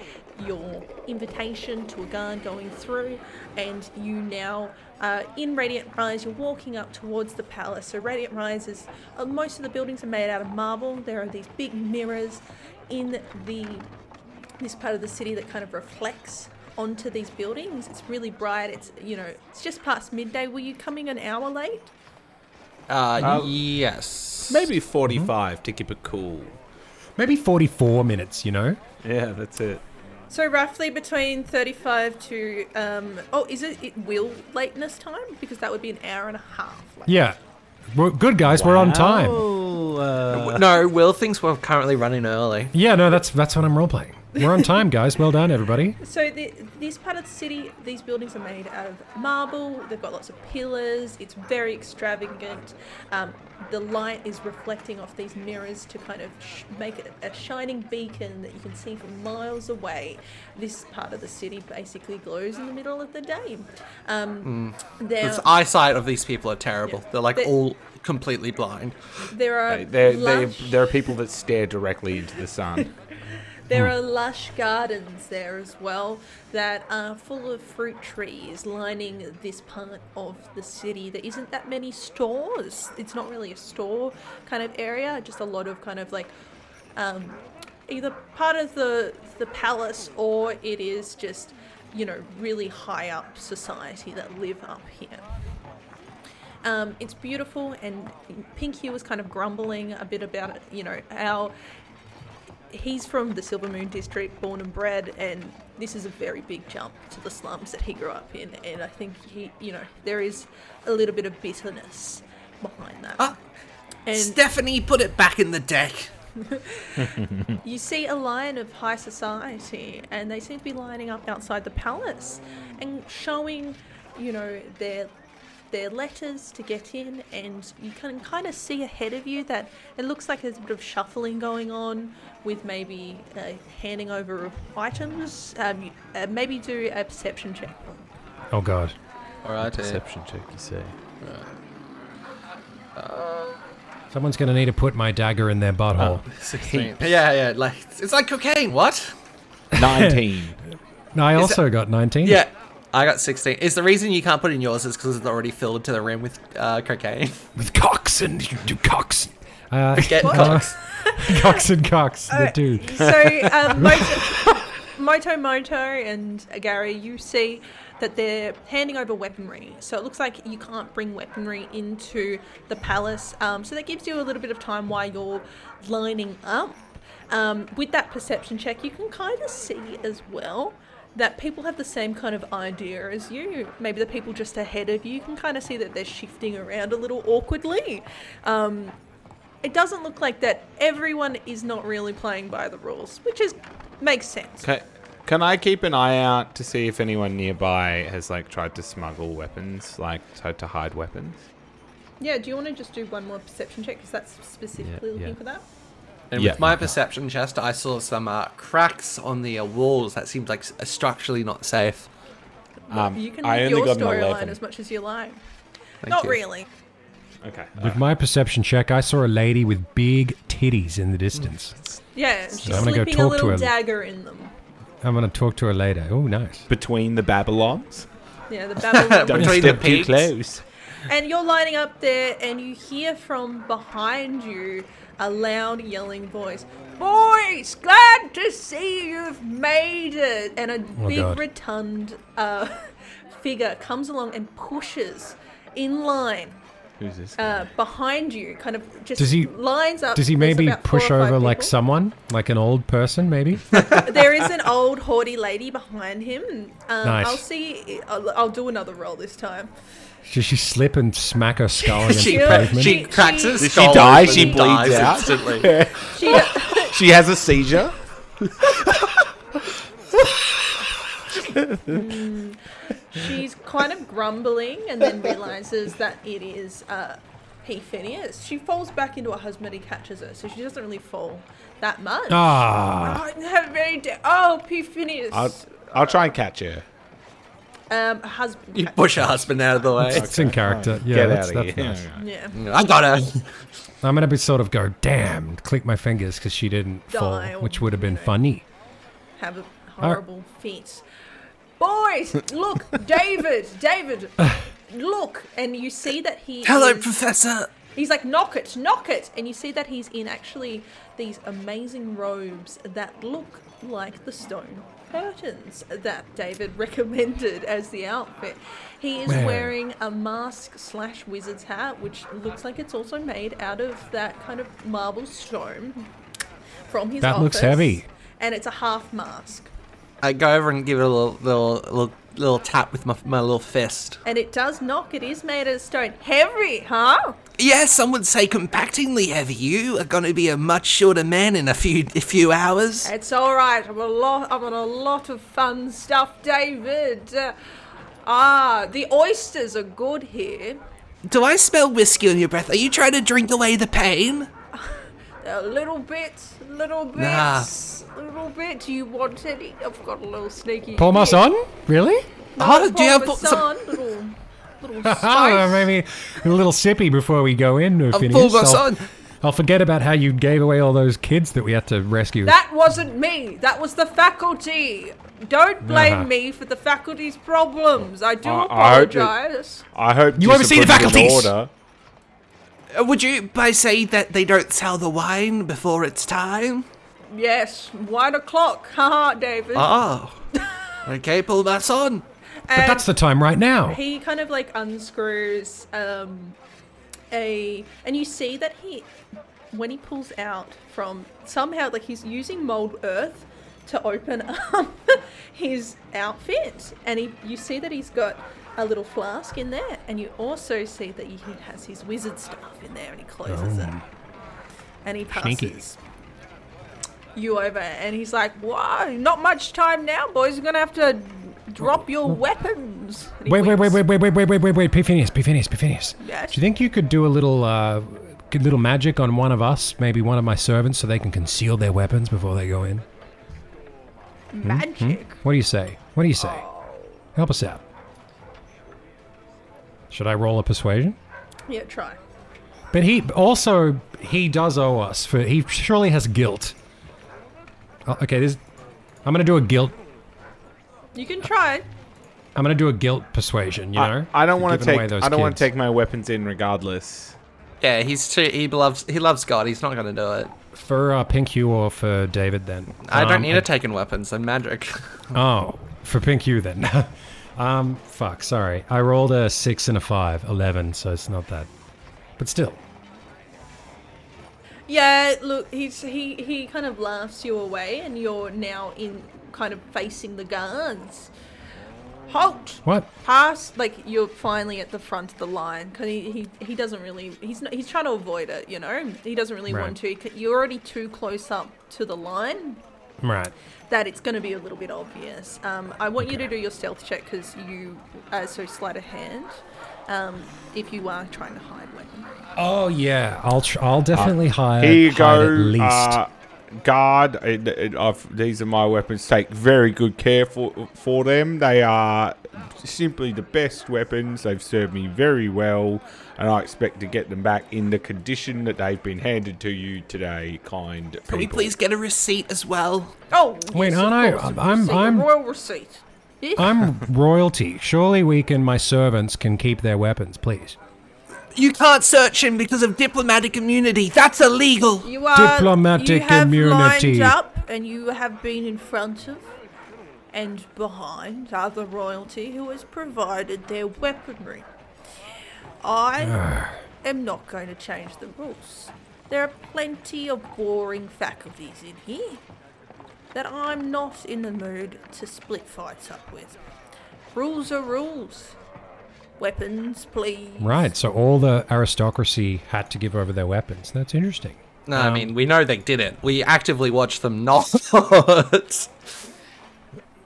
Speaker 1: your invitation to a guard going through, and you now uh, in Radiant Rise. You're walking up towards the palace. So Radiant Rise is uh, most of the buildings are made out of marble. There are these big mirrors in the this part of the city that kind of reflects onto these buildings. It's really bright. It's you know, it's just past midday. Were you coming an hour late?
Speaker 4: Uh, yes.
Speaker 3: Maybe 45 to keep it cool.
Speaker 2: Maybe 44 minutes, you know?
Speaker 3: Yeah, that's it.
Speaker 1: So roughly between thirty-five to um, oh, is it it will lateness time because that would be an hour and a half. Late.
Speaker 2: Yeah. We're, good, guys. We're on time.
Speaker 5: Oh, uh,
Speaker 4: No, Will thinks we're currently running early.
Speaker 2: Yeah, no, that's that's what I'm role playing. We're on time, guys. Well done, everybody.
Speaker 1: So the, this part of the city, these buildings are made out of marble. They've got lots of pillars. It's very extravagant. Um, the light is reflecting off these mirrors to kind of sh- make it a shining beacon that you can see from miles away. This part of the city basically glows in the middle of the day. Um, there,
Speaker 4: The eyesight of these people are terrible.
Speaker 1: Yeah.
Speaker 4: They're like
Speaker 1: They-
Speaker 4: all completely blind.
Speaker 1: there are
Speaker 3: There, there,
Speaker 1: lush-
Speaker 3: there are people that stare directly into the sun.
Speaker 1: There are lush gardens there as well that are full of fruit trees lining this part of the city. There isn't that many stores. It's not really a store kind of area, just a lot of kind of like um, either part of the the palace or it is just you know really high up society that live up here. Um, it's beautiful, and Pink Hugh was kind of grumbling a bit about it, you know how he's from the Silver Moon district, born and bred, and this is a very big jump to the slums that he grew up in. And I think he, you know, there is a little bit of bitterness behind that. and
Speaker 4: Stephanie, put it back in the deck.
Speaker 1: you see a line of high society, and they seem to be lining up outside the palace and showing, you know, their their letters to get in, and you can kind of see ahead of you that it looks like there's a bit of shuffling going on with maybe uh, handing over of items. Um, you- uh, maybe do a perception check.
Speaker 2: Oh, God.
Speaker 4: All right.
Speaker 5: perception check, you say.
Speaker 2: Someone's going to need to put my dagger in their butthole.
Speaker 4: Sixteen. Yeah, yeah. Like it's like cocaine. What?
Speaker 3: 19.
Speaker 2: no, I
Speaker 4: is
Speaker 2: also got 19.
Speaker 4: Yeah. I got 16. Is the reason you can't put in yours is because it's already filled to the rim with uh, cocaine?
Speaker 2: With cocks and you do cocks. Uh,
Speaker 4: Get
Speaker 2: uh,
Speaker 4: cocks.
Speaker 2: cocks and cocks. the two.
Speaker 1: So, um, Moto, Moto Moto and Gary, you see that they're handing over weaponry. So it looks like you can't bring weaponry into the palace. Um, so that gives you a little bit of time while you're lining up. Um, with that perception check, you can kind of see as well that people have the same kind of idea as you. Maybe the people just ahead of you can kind of see that they're shifting around a little awkwardly. Um, it doesn't look like that everyone is not really playing by the rules, which is makes sense.
Speaker 3: Can, can I keep an eye out to see if anyone nearby has like tried to smuggle weapons, like tried to hide weapons?
Speaker 1: Yeah, do you want to just do one more perception check because that's specifically
Speaker 5: Yeah,
Speaker 1: looking
Speaker 5: yeah.
Speaker 1: for that?
Speaker 4: And
Speaker 3: Yeah.
Speaker 4: with my perception chest, I saw some uh, cracks on the uh, walls that seemed like s- uh, structurally not safe.
Speaker 3: Um,
Speaker 1: You can
Speaker 3: I
Speaker 1: leave
Speaker 3: only
Speaker 1: your
Speaker 3: got an
Speaker 1: storyline
Speaker 3: 11.
Speaker 1: as much as you like.
Speaker 4: Thank
Speaker 1: not
Speaker 4: you.
Speaker 1: really.
Speaker 3: Okay.
Speaker 2: With my perception check, I saw a lady with big titties in the distance.
Speaker 1: Yeah, she's
Speaker 2: I'm gonna go
Speaker 1: slipping a
Speaker 2: talk to
Speaker 1: little
Speaker 2: her.
Speaker 1: dagger in them.
Speaker 2: I'm going to talk to her later. Oh, nice.
Speaker 3: Between the Babylons.
Speaker 1: Yeah, the Babylon.
Speaker 4: Don't Between the step too peaks.
Speaker 3: close.
Speaker 1: And you're lining up there, and you hear from behind you a loud yelling voice. Boys, glad to see you've made it. And a
Speaker 2: my
Speaker 1: big
Speaker 2: Oh, God.
Speaker 1: rotund uh, figure comes along and pushes in line
Speaker 3: Who's this? guy?
Speaker 1: uh, behind you, kind of just
Speaker 2: Does he-
Speaker 1: lines up.
Speaker 2: Does he
Speaker 1: There's
Speaker 2: maybe
Speaker 1: about four
Speaker 2: push
Speaker 1: or
Speaker 2: over
Speaker 1: five
Speaker 2: like
Speaker 1: people.
Speaker 2: someone, like an old person, maybe?
Speaker 1: There is an old haughty lady behind him. Um,
Speaker 2: Nice.
Speaker 1: I'll see. I'll, I'll do another roll this time.
Speaker 2: Should she slip and smack her skull against
Speaker 4: She-
Speaker 2: the pavement?
Speaker 1: she-
Speaker 4: She cracks her
Speaker 1: Does
Speaker 3: she
Speaker 4: skull
Speaker 3: die?
Speaker 4: open
Speaker 3: She
Speaker 4: and
Speaker 3: bleeds
Speaker 4: dies
Speaker 3: out?
Speaker 4: instantly.
Speaker 1: She d-
Speaker 3: she has a seizure.
Speaker 1: She's kind of grumbling and then realizes that it is uh, P. Phineas. She falls back into her husband and he catches her, so she doesn't really fall that much.
Speaker 2: ah,
Speaker 1: Oh, I have very da- oh, P. Phineas.
Speaker 3: I'll, I'll try and catch her.
Speaker 1: Um, husband.
Speaker 4: You push your husband out of the way.
Speaker 2: It's in character. Yeah,
Speaker 5: Get
Speaker 2: that's,
Speaker 5: out of
Speaker 2: that's
Speaker 5: here.
Speaker 2: nice.
Speaker 1: Yeah.
Speaker 4: I got it.
Speaker 2: I'm gonna be sort of go, damn, click my fingers because she didn't fall,
Speaker 1: Die or,
Speaker 2: which would have been
Speaker 1: you know.
Speaker 2: funny.
Speaker 1: Have a horrible fit. Boys, look, David, David, look, and you see that he.
Speaker 4: Hello,
Speaker 1: is-
Speaker 4: Professor.
Speaker 1: He's like, knock it, knock it. And you see that he's in actually these amazing robes that look like the stone curtains that David recommended as the outfit. He is
Speaker 2: Man.
Speaker 1: wearing a mask slash wizard's hat, which looks like it's also made out of that kind of marble stone from his
Speaker 2: That
Speaker 1: office.
Speaker 2: looks heavy.
Speaker 1: And it's a half mask.
Speaker 4: I go over and give it a little, little, little, little tap with my, my little fist.
Speaker 1: And it does knock. It is made out of stone. Heavy, huh?
Speaker 4: Yes, some would say compactingly heavy. You are going to be a much shorter man in a few, a few hours.
Speaker 1: It's all right. I'm a lot. I'm on a lot of fun stuff, David. Uh, ah, the oysters are good here.
Speaker 4: Do I smell whiskey on your breath? Are you trying to drink away the pain?
Speaker 1: A little bit, little bit,
Speaker 4: Nah.
Speaker 1: little bit. Do you want any? I've got a little sneaky.
Speaker 2: Paul
Speaker 1: hit.
Speaker 2: Masson? Really?
Speaker 1: No,
Speaker 4: Oh, do you have
Speaker 1: Paul
Speaker 4: Paul- so-
Speaker 1: Masson, Little, little
Speaker 2: Ah,
Speaker 1: spice.
Speaker 2: maybe a little sippy before we go in.
Speaker 4: Paul
Speaker 2: Phineas.
Speaker 4: Masson.
Speaker 2: I'll, I'll forget about how you gave away all those kids that we had to rescue.
Speaker 1: That wasn't me. That was the faculty. Don't blame
Speaker 2: Uh-huh.
Speaker 1: me for the faculty's problems. I do
Speaker 3: I- I hope it-
Speaker 1: apologize.
Speaker 3: I hope
Speaker 2: You oversee the
Speaker 3: discipline is
Speaker 2: faculties.
Speaker 3: in order.
Speaker 4: Uh, Would you by say that they don't sell the wine before it's time?
Speaker 1: Yes, one o'clock. Haha, David.
Speaker 4: Oh. okay, Paul Masson.
Speaker 2: but that's the time right now.
Speaker 1: he kind of like unscrews um, a and you see that he when he pulls out from somehow like he's using mold earth to open up his outfit and he you see that he's got a little flask in there and you also see that he has his wizard staff in there and he closes it and he passes
Speaker 2: Oh. Sneaky.
Speaker 1: you over and he's like wow not much time now boys you're gonna have to drop your weapons And he
Speaker 2: Wait, wait, wait,
Speaker 1: winks.
Speaker 2: wait, wait, wait, wait, wait, wait, wait, P. Phineas, P. Phineas, P. Phineas.
Speaker 1: Yes?
Speaker 2: Do you think you could do a little, uh, good little magic on one of us, maybe one of my servants, so they can conceal their weapons before they go in?
Speaker 1: magic.
Speaker 2: What do you say? What do you say? Help us out. Should I roll a persuasion?
Speaker 1: Yeah, try.
Speaker 2: But he also he does owe us for he surely has guilt. Oh, okay, this I'm gonna do a guilt.
Speaker 1: You can try.
Speaker 2: I'm gonna do a guilt persuasion. You know,
Speaker 3: I, I don't
Speaker 2: for
Speaker 3: want to
Speaker 2: giving
Speaker 3: take.
Speaker 2: away those
Speaker 3: I don't want
Speaker 2: kids.
Speaker 3: to take my weapons in regardless.
Speaker 4: Yeah, he's too. He loves. He loves God. He's not going to do it.
Speaker 2: for uh, Pink Hugh or for David then.
Speaker 4: I don't
Speaker 2: Um,
Speaker 4: need a taken weapons and magic.
Speaker 2: Oh, for Pink Hugh then. um, fuck. Sorry, I rolled a six and a five, eleven, so it's not that. But still,
Speaker 1: Yeah, look, he's he he kind of laughs you away, and you're now in kind of facing the guards. Halt!
Speaker 2: what?
Speaker 1: Pass! Like you're finally at the front of the line because he, he he doesn't really he's not, he's trying to avoid it, you know. He doesn't really
Speaker 2: Right.
Speaker 1: want to. He c- You're already too close up to the line
Speaker 2: Right.
Speaker 1: that it's going to be a little bit obvious. Um, I want you to do your stealth check because you uh, so sleight of hand. Um, if you are trying to hide weapon.
Speaker 2: Oh yeah, I'll tr- I'll definitely hide.
Speaker 3: Uh, Here you
Speaker 2: hide
Speaker 3: go.
Speaker 2: Uh, At least.
Speaker 3: Uh, guard. It, it, I've, these are my weapons. Take very good care for for them. They are simply the best weapons. They've served me very well, and I expect to get them back in the condition that they've been handed to you today, kind people.
Speaker 4: Can we please get a receipt as well?
Speaker 1: Oh,
Speaker 2: Wait,
Speaker 1: yes,
Speaker 2: aren't I-
Speaker 1: of course, a
Speaker 2: I'm-
Speaker 1: receipt, a
Speaker 2: I'm-
Speaker 1: royal receipt. Yeah.
Speaker 2: I'm royalty. Surely we can. My servants can keep their weapons, please.
Speaker 4: You can't search him because of diplomatic immunity. That's illegal.
Speaker 1: you are you
Speaker 2: Diplomatic
Speaker 1: have
Speaker 2: immunity.
Speaker 1: lined up, and you have been in front of and behind other royalty who has provided their weaponry.
Speaker 2: Ah.
Speaker 1: I am not going to change the rules. There are plenty of boring faculties in here that I'm not in the mood to split fights up with. Rules are rules. Weapons, please.
Speaker 2: Right. So all the aristocracy had to give over their weapons. That's interesting.
Speaker 4: No, I mean we know they did it. We actively watched them not.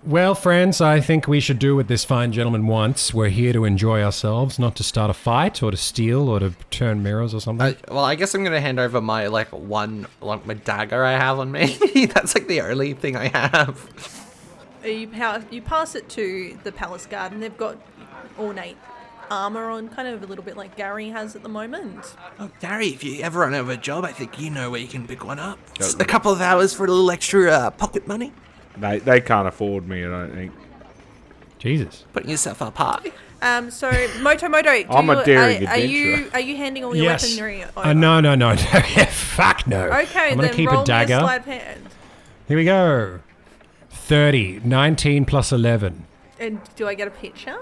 Speaker 2: Well, friends, I think we should do what this fine gentleman wants. We're here to enjoy ourselves, not to start a fight or to steal or to turn mirrors or something.
Speaker 4: I, well, I guess I'm gonna hand over my like one like my dagger I have on me. That's like the only thing I have.
Speaker 1: you, pa- you pass it to the palace guard, and they've got ornate armor on, kind of a little bit like Gary has at the moment.
Speaker 4: Oh, Gary, if you ever run over a job, I think you know where you can pick one up. Just a couple of hours for a little extra uh, pocket money,
Speaker 3: They, they can't afford me, I don't think.
Speaker 2: Jesus.
Speaker 4: putting yourself up high.
Speaker 1: Um, so Motomoto, do
Speaker 3: I'm a
Speaker 1: you-
Speaker 3: daring
Speaker 1: are, are you
Speaker 3: adventurer.
Speaker 1: are you handing all your
Speaker 2: yes.
Speaker 1: weaponry? Over?
Speaker 2: Uh, no, no, no, no. Yeah, fuck no.
Speaker 1: Okay,
Speaker 2: I'm gonna
Speaker 1: then
Speaker 2: keep
Speaker 1: roll
Speaker 2: a dagger.
Speaker 1: me a sleight of hand.
Speaker 2: Here we go. 30, 19 plus 11.
Speaker 1: And do I get a picture?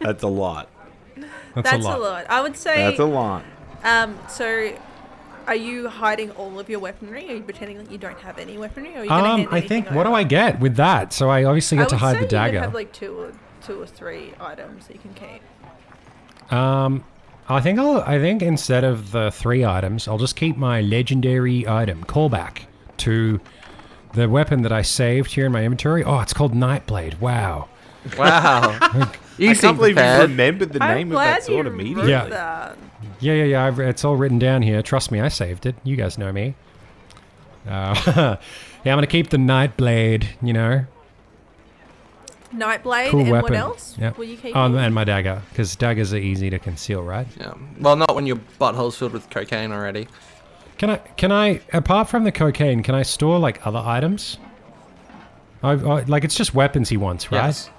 Speaker 5: That's a lot.
Speaker 2: That's,
Speaker 1: That's
Speaker 2: a lot.
Speaker 1: I would say.
Speaker 3: That's a lot.
Speaker 1: Um, so, are you hiding all of your weaponry? Are you pretending that you don't have any weaponry? Or are you gonna
Speaker 2: Um,
Speaker 1: hand
Speaker 2: I
Speaker 1: anything
Speaker 2: think, what do
Speaker 1: over?
Speaker 2: I get with that? So I obviously
Speaker 1: I
Speaker 2: get to
Speaker 1: would
Speaker 2: hide
Speaker 1: say
Speaker 2: the
Speaker 1: You
Speaker 2: dagger.
Speaker 1: could have like two or two or three items that you can keep.
Speaker 2: Um, I think I'll. I think instead of the three items, I'll just keep my legendary item callback to the weapon that I saved here in my inventory. Oh, it's called Nightblade. Wow.
Speaker 4: Wow. you
Speaker 5: I
Speaker 4: seem
Speaker 5: can't believe you
Speaker 4: prepared.
Speaker 5: remembered the
Speaker 1: I'm
Speaker 5: name of
Speaker 1: glad
Speaker 5: that sword
Speaker 1: you wrote
Speaker 5: immediately.
Speaker 2: Yeah.
Speaker 1: that.
Speaker 2: Yeah, yeah, yeah. I've, it's all written down here. Trust me, I saved it. You guys know me. Uh, yeah, I'm gonna keep the Nightblade. You know,
Speaker 1: Nightblade
Speaker 2: cool
Speaker 1: and
Speaker 2: weapon.
Speaker 1: what else?
Speaker 2: Yep.
Speaker 1: Will you keep?
Speaker 2: Um, and my dagger, because daggers are easy to conceal, right?
Speaker 4: Yeah. Well, not when your butthole's filled with cocaine already.
Speaker 2: Can I? Can I? Apart from the cocaine, can I store like other items? I, I like it's just weapons he wants, right?
Speaker 4: Yes.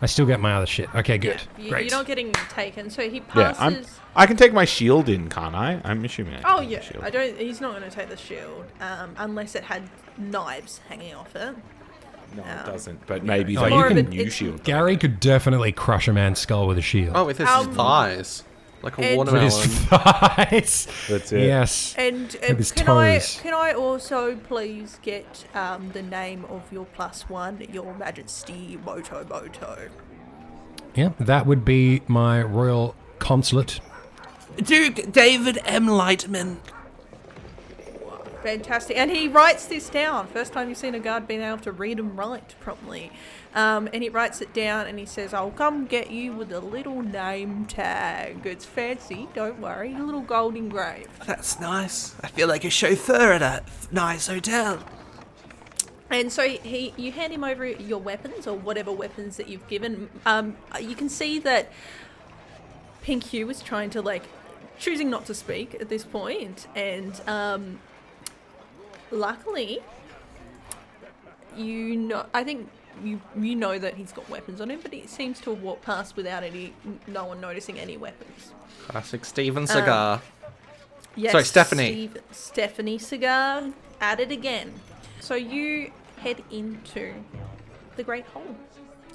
Speaker 2: I still get my other shit. Okay, good.
Speaker 1: you,
Speaker 2: Great.
Speaker 1: You're not getting taken. So he
Speaker 3: Yeah,
Speaker 1: passes.
Speaker 3: I'm, I can take my shield in, can't I? I'm assuming. I can
Speaker 1: Oh
Speaker 3: take my
Speaker 1: yeah,
Speaker 3: shield.
Speaker 1: I don't. He's not going to take the shield um, unless it had knives hanging off it.
Speaker 3: No,
Speaker 1: Um,
Speaker 3: it doesn't. But maybe
Speaker 2: Oh,
Speaker 3: they
Speaker 2: you
Speaker 3: make a
Speaker 2: can-
Speaker 3: new
Speaker 1: it's-
Speaker 3: shield.
Speaker 2: Gary could definitely crush a man's skull with a shield.
Speaker 4: Oh, with his
Speaker 1: Um,
Speaker 4: thighs. Like a
Speaker 1: Ed- With
Speaker 2: with
Speaker 4: watermelon.
Speaker 2: his thighs.
Speaker 3: That's it.
Speaker 2: Yes.
Speaker 1: And um,
Speaker 2: his
Speaker 1: can
Speaker 2: toes.
Speaker 1: I can I also please get um, the name of your plus one, Your Majesty Moto Moto?
Speaker 2: Yeah, that would be my royal consulate.
Speaker 4: Duke David M. Lightman.
Speaker 1: Fantastic. And he writes this down. First time you've seen a guard being able to read and write properly. Um, and he writes it down and he says, I'll come get you with a little name tag. It's fancy, don't worry. A little gold engraved.
Speaker 4: That's nice. I feel like a chauffeur at a nice hotel.
Speaker 1: And so he, you hand him over your weapons or whatever weapons that you've given. Um, you can see that Pink Hugh was trying to like choosing not to speak at this point, and um, luckily, you know, I think you you know that he's got weapons on him, but he seems to have walked past without any no one noticing any weapons.
Speaker 4: Classic Steven cigar.
Speaker 1: Um, Yes,
Speaker 4: Sorry, Stephanie.
Speaker 1: Stephanie Cigar at it again. So you head into the Great Hall,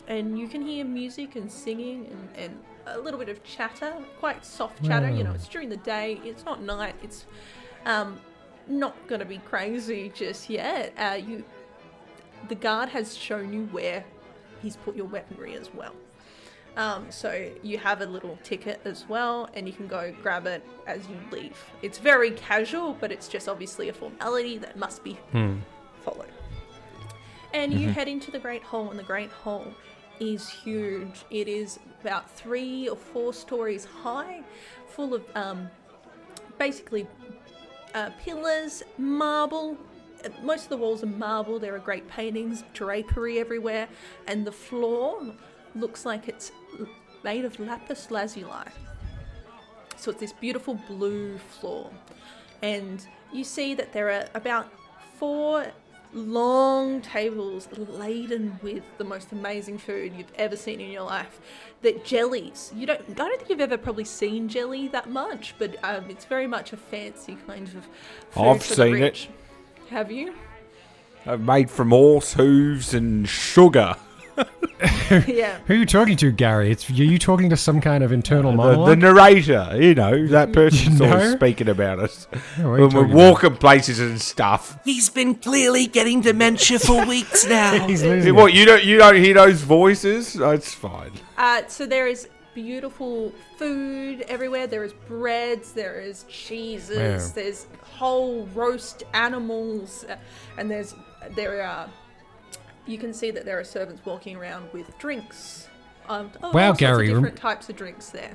Speaker 1: and you can hear music and singing and, and a little bit of chatter, quite soft chatter. You know, it's during the day, it's not night, it's um, not going to be crazy just yet. Uh, you, the guard has shown you where he's put your weaponry as well. Um, so you have a little ticket as well, and you can go grab it as you leave. It's very casual, but it's just obviously a formality that must be followed. And you head into the Great Hall, and the Great Hall is huge. It is about three or four stories high, full of um, basically uh, pillars, marble. uh, Most of the walls are marble. There are great paintings, drapery everywhere, and the floor looks like it's l- made of lapis lazuli. So it's this beautiful blue floor, and you see that there are about four long tables laden with the most amazing food you've ever seen in your life. That jellies. You don't. I don't think you've ever probably seen jelly that much, but um, it's very much a fancy kind of. Food
Speaker 3: I've
Speaker 1: for the
Speaker 3: seen it.
Speaker 1: rich. Have you?
Speaker 3: They're Uh, Made from horse hooves and sugar.
Speaker 1: yeah.
Speaker 2: Who are you talking to, Gary? It's are you talking to some kind of internal
Speaker 3: The, the
Speaker 2: monologue?
Speaker 3: narrator, you know, that person's
Speaker 2: You
Speaker 3: always
Speaker 2: know?
Speaker 3: speaking about us.
Speaker 2: what are you
Speaker 3: when we're
Speaker 2: talking about?
Speaker 3: walking places and stuff.
Speaker 4: He's been clearly getting dementia for weeks now.
Speaker 2: He's losing it.
Speaker 3: What you don't you don't hear those voices? That's fine.
Speaker 1: Uh, so there is beautiful food everywhere. There is breads, there is cheeses,
Speaker 2: Wow.
Speaker 1: there's whole roast animals, uh, and there's there are. You can see that there are servants walking around with drinks. Um, oh, all
Speaker 2: Wow,
Speaker 1: sorts of
Speaker 2: Gary, rem-
Speaker 1: different types of drinks there.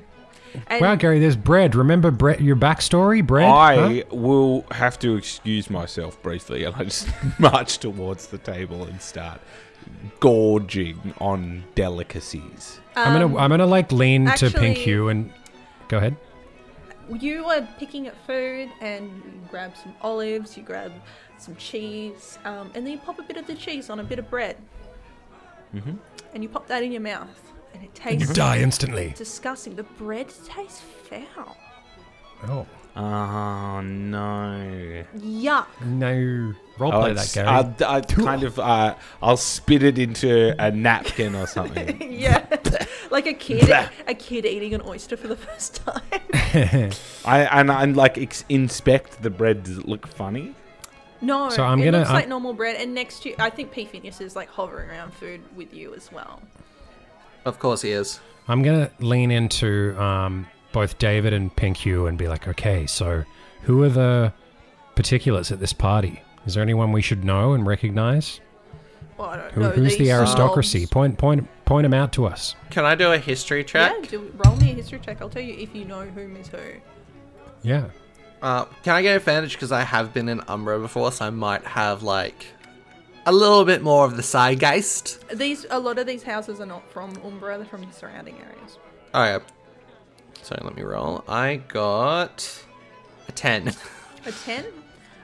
Speaker 1: And
Speaker 2: Wow, Gary, there's bread. Remember bread, your backstory? Bread?
Speaker 3: I
Speaker 2: Huh?
Speaker 3: will have to excuse myself briefly, and I just march towards the table and start gorging on delicacies.
Speaker 2: I'm gonna I'm gonna like lean to
Speaker 1: Um, actually-
Speaker 2: Pink Hue and go ahead.
Speaker 1: you were picking up food and you grab some olives, you grab some cheese, um, and then you pop a bit of the cheese on a bit of bread. Mm-hmm. And you pop that in your mouth, and it
Speaker 2: You
Speaker 1: tastes
Speaker 2: die instantly.
Speaker 1: disgusting. The bread tastes foul.
Speaker 2: Oh
Speaker 3: Oh no!
Speaker 1: Yuck.
Speaker 2: no! Roleplay
Speaker 3: I'll
Speaker 2: that,
Speaker 3: s-
Speaker 2: Gary.
Speaker 3: I'll- I kind of uh, I'll spit it into a napkin or something.
Speaker 1: Yeah. like a kid
Speaker 3: Blah.
Speaker 1: a kid eating an oyster for the first time.
Speaker 3: I and and like ex- inspect the bread. Does it look funny?
Speaker 1: no,
Speaker 2: So I'm
Speaker 1: it
Speaker 2: gonna-
Speaker 1: looks
Speaker 2: I'm-
Speaker 1: like normal bread and next year I think P Phineas is like hovering around food with you as well.
Speaker 4: Of course he is.
Speaker 2: I'm gonna lean into um, both David and Pink Hue and be like, okay, so who are the particulars at this party? Is there anyone we should know and recognize?
Speaker 1: Well, I don't
Speaker 2: Who,
Speaker 1: know.
Speaker 2: who's the
Speaker 1: these
Speaker 2: aristocracy?
Speaker 1: knobs.
Speaker 2: Point point point them out to us.
Speaker 4: Can I do a history check?
Speaker 1: Yeah, do, roll me a history check. I'll tell you if you know whom is who.
Speaker 2: Yeah.
Speaker 4: Uh, can I get advantage because I have been in Umbra before, so I might have like a little bit more of the Psygeist.
Speaker 1: These a lot of these houses are not from Umbra; they're from the surrounding areas.
Speaker 4: All right. So let me roll. I got a ten.
Speaker 1: A ten.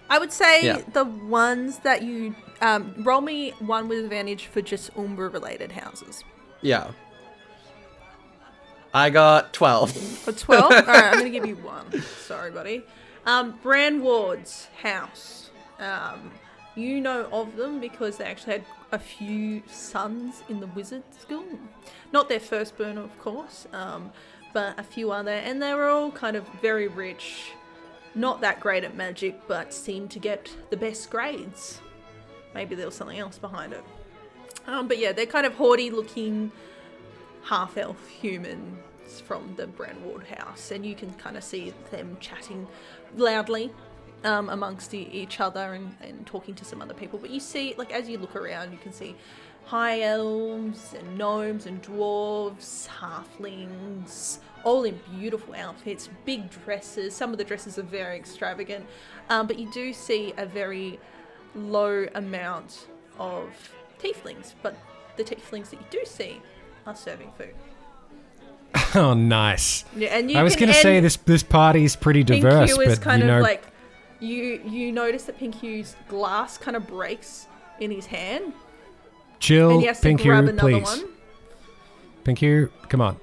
Speaker 1: I would say
Speaker 4: Yeah.
Speaker 1: the ones that you um, roll me one with advantage for just Umbra related houses.
Speaker 4: yeah. I got twelve.
Speaker 1: For twelve, all right, I'm gonna give you one. Sorry, buddy. Um, Bran Ward's house. Um, you know of them because they actually had a few sons in the wizard school. Not their firstborn, of course, um, but a few other, and they were all kind of very rich. Not that great at magic, but seemed to get the best grades. Maybe there was something else behind it. Um, but yeah, they're kind of haughty looking half elf humans from the Branward house, and you can kind of see them chatting loudly um, amongst e- each other and, and talking to some other people. But you see, like, as you look around, you can see high elves and gnomes and dwarves, halflings, all in beautiful outfits, big dresses. Some of the dresses are very extravagant, um, but you do see a very low amount of tieflings, but the tieflings that you do see are serving food.
Speaker 2: Oh, nice.
Speaker 1: Yeah, and you
Speaker 2: I was
Speaker 1: can
Speaker 2: gonna say
Speaker 1: end-
Speaker 2: this this party's pretty
Speaker 1: Pink
Speaker 2: diverse,
Speaker 1: Hue is
Speaker 2: but
Speaker 1: kind
Speaker 2: you know,
Speaker 1: of like you you notice that Pink Hugh's glass kind of breaks in his hand,
Speaker 2: chill,
Speaker 1: and he has
Speaker 2: Oh, Pink
Speaker 1: to grab
Speaker 2: Hue,
Speaker 1: another
Speaker 2: please.
Speaker 1: one.
Speaker 2: Pink Hue, come on.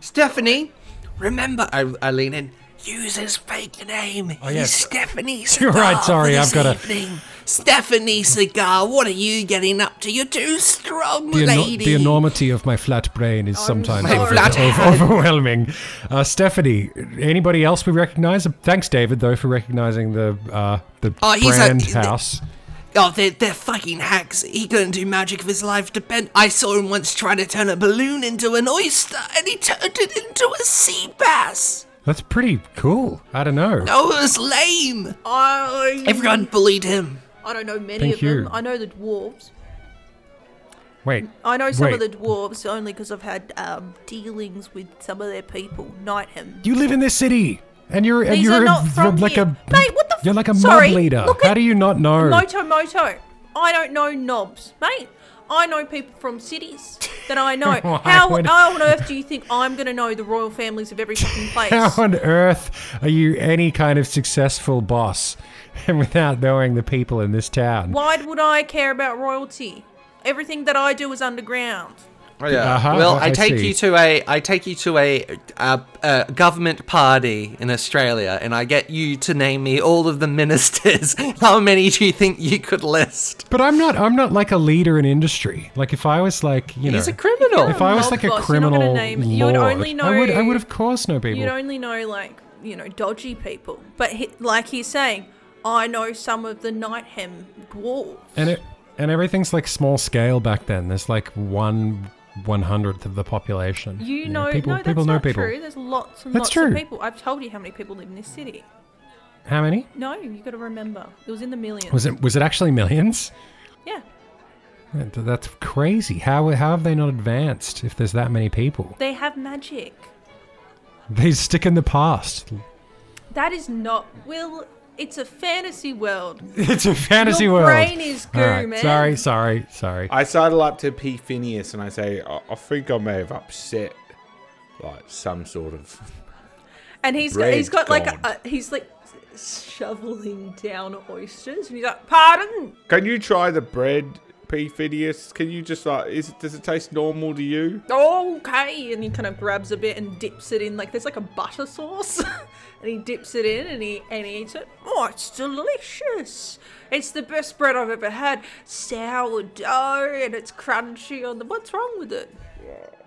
Speaker 4: Stephanie, remember? I, I lean in. Use his fake name. Oh,
Speaker 2: yes.
Speaker 4: Stephanie.
Speaker 2: You're right,
Speaker 4: Seagal
Speaker 2: sorry,
Speaker 4: for
Speaker 2: I've
Speaker 4: this
Speaker 2: gotta-
Speaker 4: evening. Stephanie Cigar, what are you getting up to? You're too strong,
Speaker 2: The, eno-
Speaker 4: lady.
Speaker 2: the enormity of my flat brain is sometimes
Speaker 1: My
Speaker 2: over-
Speaker 4: flat
Speaker 2: over- overwhelming. Uh, Stephanie, anybody else we recognize? Uh, Thanks, David, though, for recognizing the uh, the
Speaker 4: Oh, he's a-
Speaker 2: brand
Speaker 4: he's the-
Speaker 2: house.
Speaker 4: Oh, they're, they're fucking hacks. He couldn't do magic if his life depend. I saw him once trying to turn a balloon into an oyster, and he turned it into a sea bass.
Speaker 2: That's pretty cool. I don't know.
Speaker 4: Oh, it was lame.
Speaker 1: I
Speaker 4: Everyone bullied him.
Speaker 1: I don't know many
Speaker 2: Pink
Speaker 1: of
Speaker 2: Hue.
Speaker 1: them. I know the dwarves.
Speaker 2: Wait,
Speaker 1: I know some
Speaker 2: wait.
Speaker 1: of the dwarves only because I've had um, dealings with some of their people. Nightham.
Speaker 2: You live in this city, and you're and
Speaker 1: These
Speaker 2: you're
Speaker 1: are
Speaker 2: a-
Speaker 1: not from
Speaker 2: like
Speaker 1: here.
Speaker 2: a
Speaker 1: Mate, what the f-
Speaker 2: you're like a
Speaker 1: Sorry,
Speaker 2: mob leader.
Speaker 1: look
Speaker 2: How
Speaker 1: at-
Speaker 2: do you not know?
Speaker 1: Moto Moto. I don't know knobs, mate. I know people from cities that I know.
Speaker 2: Why
Speaker 1: how,
Speaker 2: would-
Speaker 1: how on earth do you think I'm going to know the royal families of every fucking place?
Speaker 2: How on earth are you any kind of successful boss, and without knowing the people in this town?
Speaker 1: Why would I care about royalty? Everything that I do is underground.
Speaker 4: Oh, yeah.
Speaker 2: Uh-huh,
Speaker 4: well,
Speaker 2: I
Speaker 4: I, take
Speaker 2: see.
Speaker 4: you to a I take you to a, a, a government party in Australia, and I get you to name me all of the ministers. How many do you think you could list?
Speaker 2: But I'm not. I'm not like a leader in industry. Like if I was like you know,
Speaker 4: He's a criminal.
Speaker 2: if I was
Speaker 1: mob
Speaker 2: like a
Speaker 1: boss, you're not gonna
Speaker 2: criminal
Speaker 1: name- you
Speaker 2: lord,
Speaker 1: would only
Speaker 2: I would. I
Speaker 1: know-
Speaker 2: would of course know people.
Speaker 1: You'd only know, like, you know, dodgy people. But he, like he's saying, I know some of the Nightham dwarves.
Speaker 2: and it and everything's like small scale back then. There's like one one hundredth of the population.
Speaker 1: You, know,
Speaker 2: people
Speaker 1: no, that's
Speaker 2: people know
Speaker 1: not
Speaker 2: people.
Speaker 1: true. There's lots and
Speaker 2: That's
Speaker 1: lots
Speaker 2: true.
Speaker 1: of people. I've told you how many people live in this city.
Speaker 2: How many?
Speaker 1: No, you got to remember. It was in the millions.
Speaker 2: Was it was it actually millions?
Speaker 1: Yeah.
Speaker 2: That- That's crazy. How how have they not advanced if there's that many people?
Speaker 1: They have magic.
Speaker 2: They stick in the past.
Speaker 1: That is not Will. It's a fantasy world.
Speaker 2: It's a fantasy
Speaker 1: Your
Speaker 2: world.
Speaker 1: brain is goo,
Speaker 2: All right,
Speaker 1: man.
Speaker 2: Sorry, sorry, sorry.
Speaker 3: I sidle up to P. Phineas and I say, I, I think I may have upset like some sort of.
Speaker 1: And he's got, he's got like
Speaker 3: Bread
Speaker 1: a, he's like shoveling down oysters, and he's like, "Pardon."
Speaker 3: Can you try the bread, P. Phineas? Can you just like, is does it taste normal to you?
Speaker 1: okay and he kind of grabs a bit and dips it in like there's like a butter sauce and he dips it in and he and he eats it oh it's delicious it's the best bread i've ever had sourdough and it's crunchy on the what's wrong with it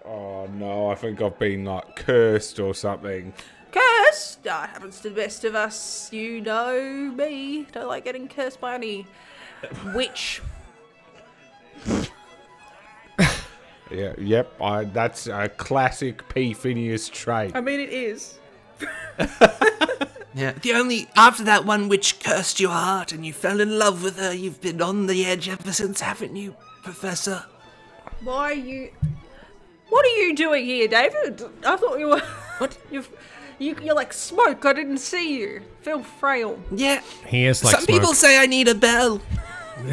Speaker 3: Oh no, I think I've been like cursed or something.
Speaker 1: cursed that happens to the best of us you know me don't like getting cursed by any witch
Speaker 3: Yeah, yep, I, that's a classic P. Phineas trait.
Speaker 1: i mean it is
Speaker 4: Yeah. The only after that one witch cursed your heart and you fell in love with her, you've been on the edge ever since, haven't you, Professor?
Speaker 1: Why are you? What are you doing here, David? I thought you were. What? You've, you, you're like smoke. I didn't see you. Feel frail.
Speaker 4: Yeah.
Speaker 2: He is like
Speaker 4: Some people say I need a bell.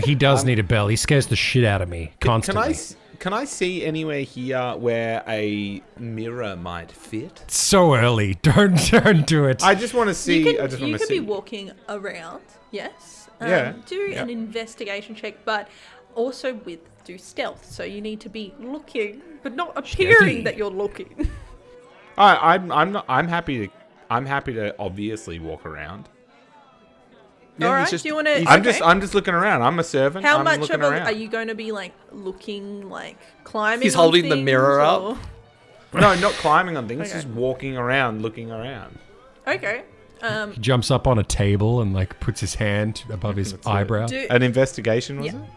Speaker 2: He does need a bell. He scares the shit out of me
Speaker 3: Um, Can
Speaker 2: constantly.
Speaker 3: I s- can I see anywhere here where a mirror might fit?
Speaker 2: So early. Don't don't do it.
Speaker 3: I just want to see.
Speaker 1: you can,
Speaker 3: I just
Speaker 1: you
Speaker 3: want to
Speaker 1: could
Speaker 3: see.
Speaker 1: be walking around. Yes. Um,
Speaker 3: Yeah,
Speaker 1: Do
Speaker 3: yeah.
Speaker 1: an investigation check, but also with do stealth. So you need to be looking, but not appearing
Speaker 2: Stealthy.
Speaker 1: that you're looking.
Speaker 3: I, I'm I'm not, I'm happy to I'm happy to obviously walk around.
Speaker 1: All right.
Speaker 4: he's just-
Speaker 1: do you want to?
Speaker 3: I'm just I'm just looking around. I'm a servant.
Speaker 1: How
Speaker 3: I'm
Speaker 1: much
Speaker 3: looking
Speaker 1: of a,
Speaker 3: around.
Speaker 1: are you going to be like looking, like climbing?
Speaker 4: He's
Speaker 1: on
Speaker 4: holding the
Speaker 1: things,
Speaker 4: mirror up.
Speaker 1: or-
Speaker 3: No, not climbing on things.
Speaker 1: Okay.
Speaker 3: Just walking around, looking around.
Speaker 1: Okay. Um,
Speaker 2: He jumps up on a table and like puts his hand above his eyebrow.
Speaker 1: do,
Speaker 3: An investigation was
Speaker 1: Uh, Yeah.
Speaker 3: it?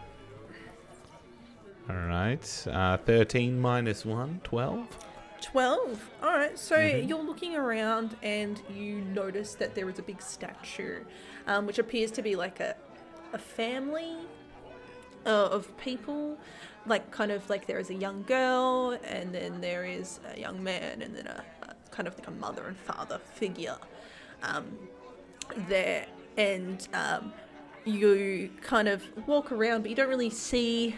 Speaker 3: All right. Uh, 13 minus 1, 12.
Speaker 1: 12. All right, so you're looking around and you notice that there is a big statue, um, which appears to be like a, a family uh, of people. Like, kind of like there is a young girl, and then there is a young man, and then a, a kind of like a mother and father figure um, there. And um, you kind of walk around, but you don't really see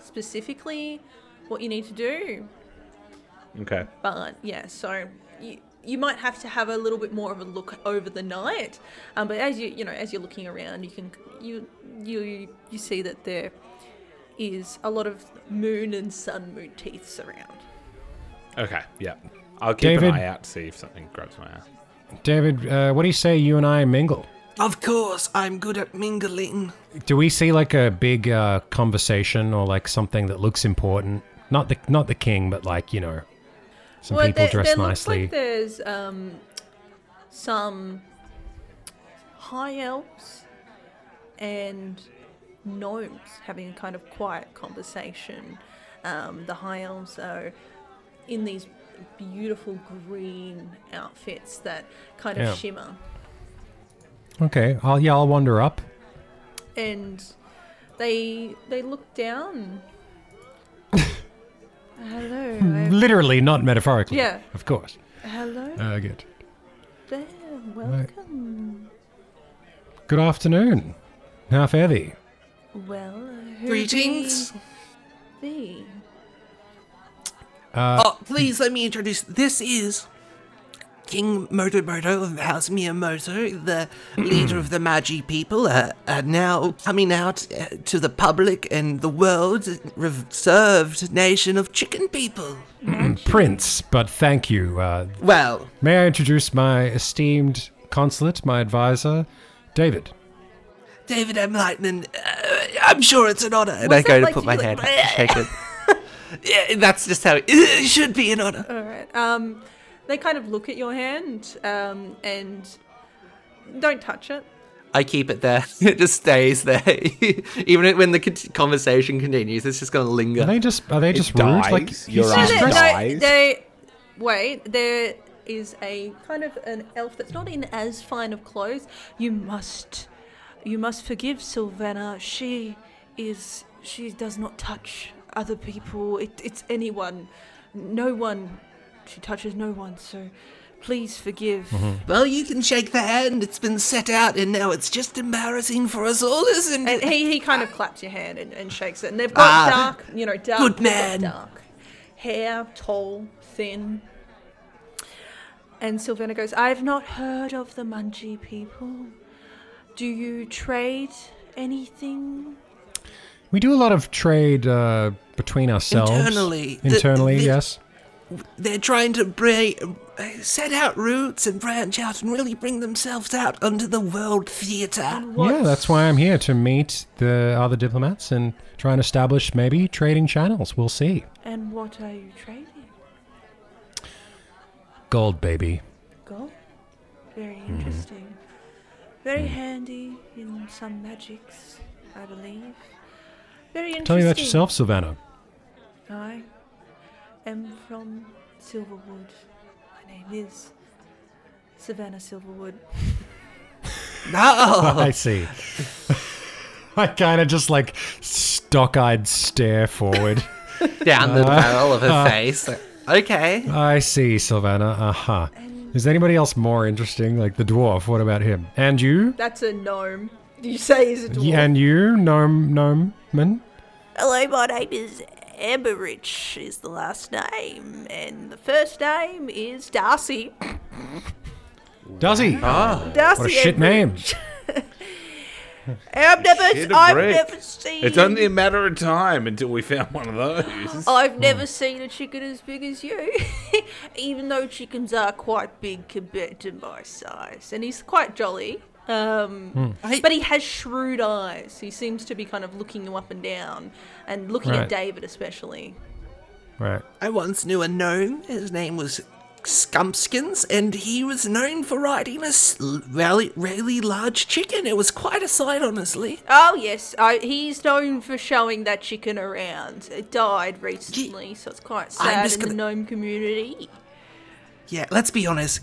Speaker 1: specifically what you need to do.
Speaker 3: Okay.
Speaker 1: But yeah, so you, you might have to have a little bit more of a look over the night. Um, but as you you know as you're looking around, you can you you you see that there is a lot of moon and sun moon teeths around.
Speaker 3: Okay. Yeah. I'll keep
Speaker 2: David-
Speaker 3: an eye out to see if something grabs my eye.
Speaker 2: David, uh, what do you say you and I mingle?
Speaker 4: Of course, I'm good at mingling.
Speaker 2: Do we see like a big uh, conversation or like something that looks important? Not the not the king, but like you know, some people
Speaker 1: there, there
Speaker 2: dressed nicely.
Speaker 1: looks like there's um, some high elves and gnomes having a kind of quiet conversation. Um, the high elves are in these beautiful green outfits that kind of
Speaker 2: Yeah.
Speaker 1: shimmer,
Speaker 2: okay, I'll yeah, I'll wander up.
Speaker 1: and they they look down. hello, I-
Speaker 2: Literally, not metaphorically.
Speaker 1: Yeah.
Speaker 2: of course.
Speaker 1: hello
Speaker 2: Uh, good.
Speaker 1: there, welcome.
Speaker 2: Good afternoon. How fare thee?
Speaker 1: Well, who
Speaker 4: Greetings.
Speaker 1: be?
Speaker 4: oh, please let me introduce. This is King Motomoto of the House Miyamoto, the leader of the Magi people, uh, uh, now coming out uh, to the public and the world's reserved nation of chicken people.
Speaker 2: Prince, but thank you. Uh,
Speaker 4: Well,
Speaker 2: may I introduce my esteemed consulate, my advisor, David?
Speaker 4: David M. Lightman, uh, I'm sure it's an honor. And
Speaker 1: What's that like to do, like,
Speaker 4: up and shake it. Yeah, that's just how it, it should be an honor.
Speaker 1: All right. Um, they kind of look at your hand um, and don't touch it.
Speaker 4: I keep it there. It just stays there. Even when the con- conversation continues, it's just going to linger.
Speaker 2: Are they just are they just rude? Like
Speaker 3: dies, your
Speaker 2: he's
Speaker 3: eye
Speaker 2: just
Speaker 1: they,
Speaker 2: dressed-
Speaker 3: dies.
Speaker 1: no, they wait. There is a kind of an elf that's not in as fine of clothes. You must, you must forgive Sylvana. She is. She does not touch other people. It, it's anyone, no one. She touches no one. So Please forgive.
Speaker 4: Well, you can shake the hand. It's been set out, and now it's just embarrassing for us all, isn't
Speaker 1: And
Speaker 4: it?
Speaker 1: he, he kind of claps your hand and, and shakes it. And they've got
Speaker 4: Ah,
Speaker 1: dark, you know, dark,
Speaker 4: good man.
Speaker 1: dark hair, tall, thin. And Sylvana goes, I've not heard of the Munchie people. Do you trade anything?
Speaker 2: We do a lot of trade uh, between ourselves.
Speaker 4: Internally. The-
Speaker 2: Internally,
Speaker 4: the-
Speaker 2: yes.
Speaker 4: They're trying to break, set out roots and branch out and really bring themselves out onto the world theatre.
Speaker 1: What-
Speaker 2: Uh, Yeah, that's why I'm here to meet the other diplomats and try and establish maybe trading channels. We'll see.
Speaker 1: And what are you trading?
Speaker 2: Gold, baby.
Speaker 1: Gold? Very
Speaker 2: Mm-hmm.
Speaker 1: interesting.
Speaker 2: Mm.
Speaker 1: Very handy in some magics, I believe. Very interesting.
Speaker 2: Tell me about yourself, Savannah.
Speaker 1: I am from Silverwood. My name is Savannah Silverwood.
Speaker 4: No!
Speaker 2: I see. I kind of just like stock-eyed stare forward.
Speaker 4: Down the barrel of her face. Okay.
Speaker 2: I see, Sylvana. Aha. Uh-huh. Is anybody else more interesting? Like the dwarf. What about him? And you?
Speaker 1: That's a gnome. You say he's a dwarf.
Speaker 2: Y- And you, gnome, gnome man.
Speaker 1: Hello, my name is Amberich, is the last name. And the first name is Darcy.
Speaker 2: Does he?
Speaker 1: Darcy
Speaker 2: what a shit
Speaker 1: Amberich.
Speaker 2: name.
Speaker 1: I've
Speaker 3: Shit
Speaker 1: never,
Speaker 3: a
Speaker 1: I've
Speaker 3: brick.
Speaker 1: never seen.
Speaker 3: It's only a matter of time until we found one of those.
Speaker 1: I've never seen a chicken as big as you, even though chickens are quite big compared to my size. And he's quite jolly, um,
Speaker 4: I-
Speaker 1: but he has shrewd eyes. He seems to be kind of looking you up and down, and looking at
Speaker 2: Right.
Speaker 1: David especially.
Speaker 2: Right.
Speaker 4: I once knew a gnome. His name was Scumpskins, and he was known for riding a s- really, really large chicken. It was quite a sight, honestly.
Speaker 1: Oh yes, I, he's known for showing that chicken around. It died recently, so it's quite sad
Speaker 4: just
Speaker 1: in the
Speaker 4: gonna-
Speaker 1: gnome community.
Speaker 4: Yeah, let's be honest.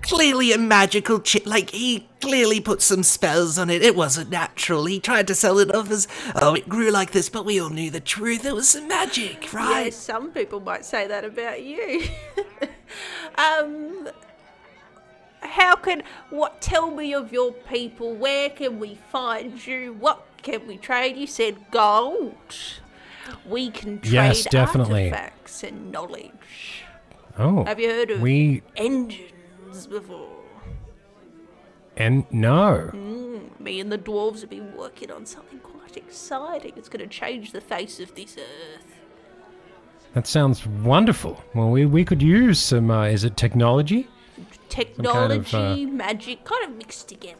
Speaker 4: Clearly a magical chip. Like, he clearly put some spells on it. It wasn't natural. He tried to sell it off as, oh, it grew like this, but we all knew the truth. It was some magic, right?
Speaker 1: Yes, some people might say that about you. um, how can what? Tell me of your people. Where can we find you? What can we trade? You said gold. We can trade
Speaker 2: Yes, definitely.
Speaker 1: artifacts and knowledge.
Speaker 2: Oh.
Speaker 1: Have you heard of
Speaker 2: We
Speaker 1: engines before?
Speaker 2: and no.
Speaker 1: Me and the dwarves have been working on something quite exciting. It's going to change the face of this earth.
Speaker 2: That sounds wonderful. Well, we, we could use some. Uh, is it technology? kind
Speaker 1: Technology,
Speaker 2: of, uh,
Speaker 1: magic, kind of mixed together.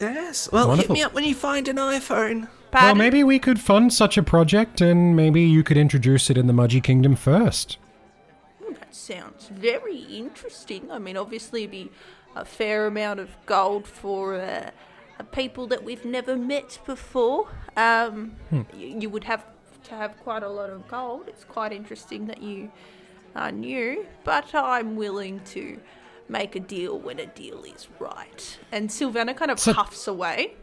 Speaker 4: Yes. Well,
Speaker 2: Wonderful.
Speaker 4: hit me up when you find an iPhone.
Speaker 2: Well,
Speaker 1: Pardon?
Speaker 2: maybe we could fund such a project, and maybe you could introduce it in the Mudgy Kingdom first.
Speaker 1: That sounds very interesting. I mean, obviously, it'd be a fair amount of gold for uh, uh, people that we've never met before. Um, you, you would have to have quite a lot of gold. It's quite interesting that you are new, but I'm willing to make a deal when a deal is right. And Sylvana kind of
Speaker 2: So-
Speaker 1: puffs away.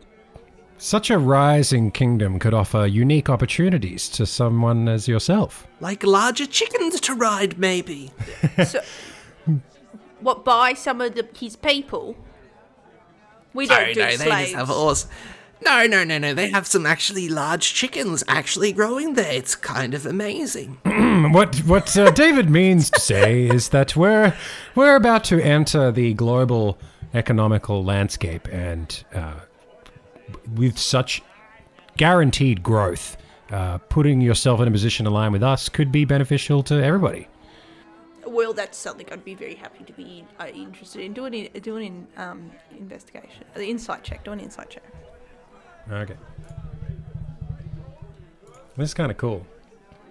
Speaker 2: Such a rising kingdom could offer unique opportunities to someone as yourself.
Speaker 4: Like larger chickens to ride, maybe.
Speaker 1: so, what by some of the, his people? We don't do
Speaker 4: no,
Speaker 1: slaves.
Speaker 4: they just have horse. No, no, no, no. They have some actually large chickens actually growing there. It's kind of amazing.
Speaker 2: What what uh, David means to say is that we're we're about to enter the global economical landscape, and uh, with such guaranteed growth, uh, putting yourself in a position to align with us could be beneficial to everybody.
Speaker 1: Well, that's something I'd be very happy to be uh, interested in doing. In, doing in, um, investigation, uh, insight check, doing insight check.
Speaker 2: Okay, this is kind of cool.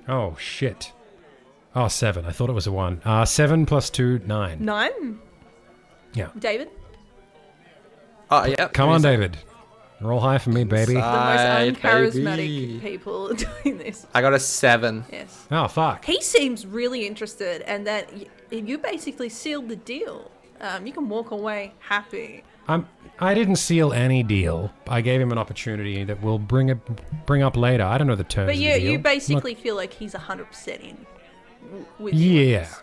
Speaker 2: Oh shit! Oh seven. I thought it was a one. Uh, seven plus two nine.
Speaker 1: Nine,
Speaker 2: Yeah.
Speaker 1: David.
Speaker 4: Oh, yeah.
Speaker 2: Come on, David. Roll high for me, baby.
Speaker 1: The most
Speaker 4: Aye,
Speaker 1: uncharismatic
Speaker 4: baby.
Speaker 1: people are doing this.
Speaker 4: I got a seven.
Speaker 1: Yes,
Speaker 2: Oh fuck.
Speaker 1: he seems really interested, and that y- you basically sealed the deal. Um, you can walk away happy.
Speaker 2: I'm, I didn't seal any deal. I gave him an opportunity that we'll bring it, bring up later. I don't know the terms.
Speaker 1: But
Speaker 2: of the
Speaker 1: you,
Speaker 2: deal.
Speaker 1: you
Speaker 2: Not-
Speaker 1: basically feel like he's hundred percent in. w- With you on
Speaker 2: yeah,
Speaker 1: this.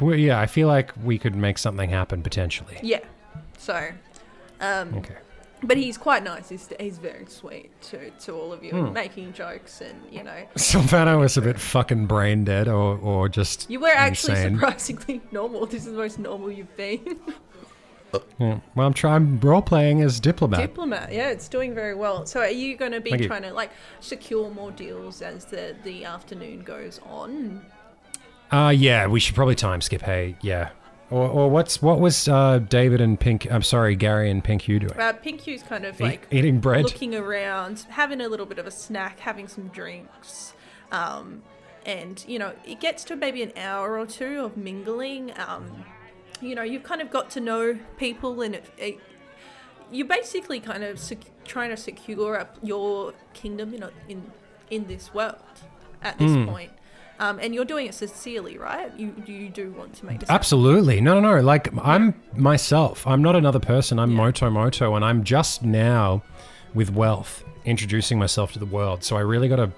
Speaker 2: Well, yeah, I feel like we could make something happen potentially.
Speaker 1: Yeah. So, um,
Speaker 2: Okay.
Speaker 1: but he's quite nice. He's, he's very sweet to, to all of you,
Speaker 2: Hmm.
Speaker 1: and making jokes and you know.
Speaker 2: Sylvana was a bit fucking brain dead, or or just
Speaker 1: You were actually
Speaker 2: insane.
Speaker 1: surprisingly normal. This is the most normal you've been.
Speaker 2: Yeah. Well, I'm trying role playing as diplomat.
Speaker 1: Diplomat, yeah, it's doing very well. So, are you going to be
Speaker 2: Thank you.
Speaker 1: trying to like secure more deals as the the afternoon goes on?
Speaker 2: uh yeah, we should probably time skip. Hey, yeah. Or, or what's what was uh, David and Pink? I'm sorry, Gary and Pink Hugh doing?
Speaker 1: Uh, Pink Hugh's kind of
Speaker 2: Eat-
Speaker 1: like
Speaker 2: eating bread.
Speaker 1: looking around, having a little bit of a snack, having some drinks. Um, and, you know, it gets to maybe an hour or two of mingling. Um, you know, you've kind of got to know people and it, it, you're basically kind of sec- trying to secure up your kingdom in, a, in, in this world at this
Speaker 2: Hmm.
Speaker 1: point. Um, and you're doing it sincerely, right? You, you do want to make this happen.
Speaker 2: Absolutely. No, no, no. Like I'm myself. I'm not another person. I'm Moto Moto, and I'm just now with wealth introducing myself to the world. So I really got to.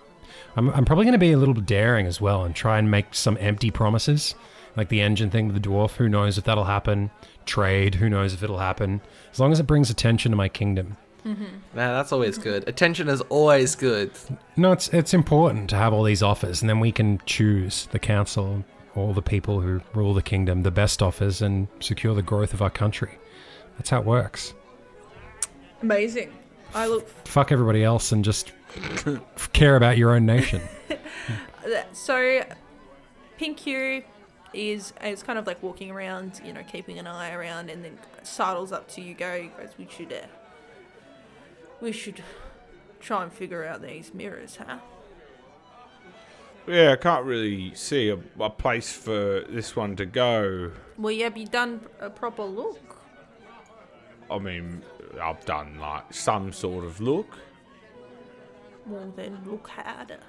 Speaker 2: I'm, I'm probably going to be a little daring as well and try and make some empty promises, like the engine thing with the dwarf. Who knows if that'll happen? Trade. Who knows if it'll happen? As long as it brings attention to my kingdom.
Speaker 4: Nah, that's always good. Attention is always good.
Speaker 2: No, it's it's important to have all these offers, and then we can choose the council, all the people who rule the kingdom, the best offers, and secure the growth of our country. That's how it works.
Speaker 1: Amazing. I look
Speaker 2: Fuck everybody else, and just care about your own nation.
Speaker 1: So, Pink Hugh is is kind of like walking around, you know, keeping an eye around, and then sidles up to you, Gary. Goes, we should, uh, we should try and figure out these mirrors, huh?
Speaker 3: Yeah, I can't really see a, a place for this one to go.
Speaker 1: Well, have you done a proper look?
Speaker 3: I mean, I've done like some sort of look.
Speaker 1: Well, then look harder.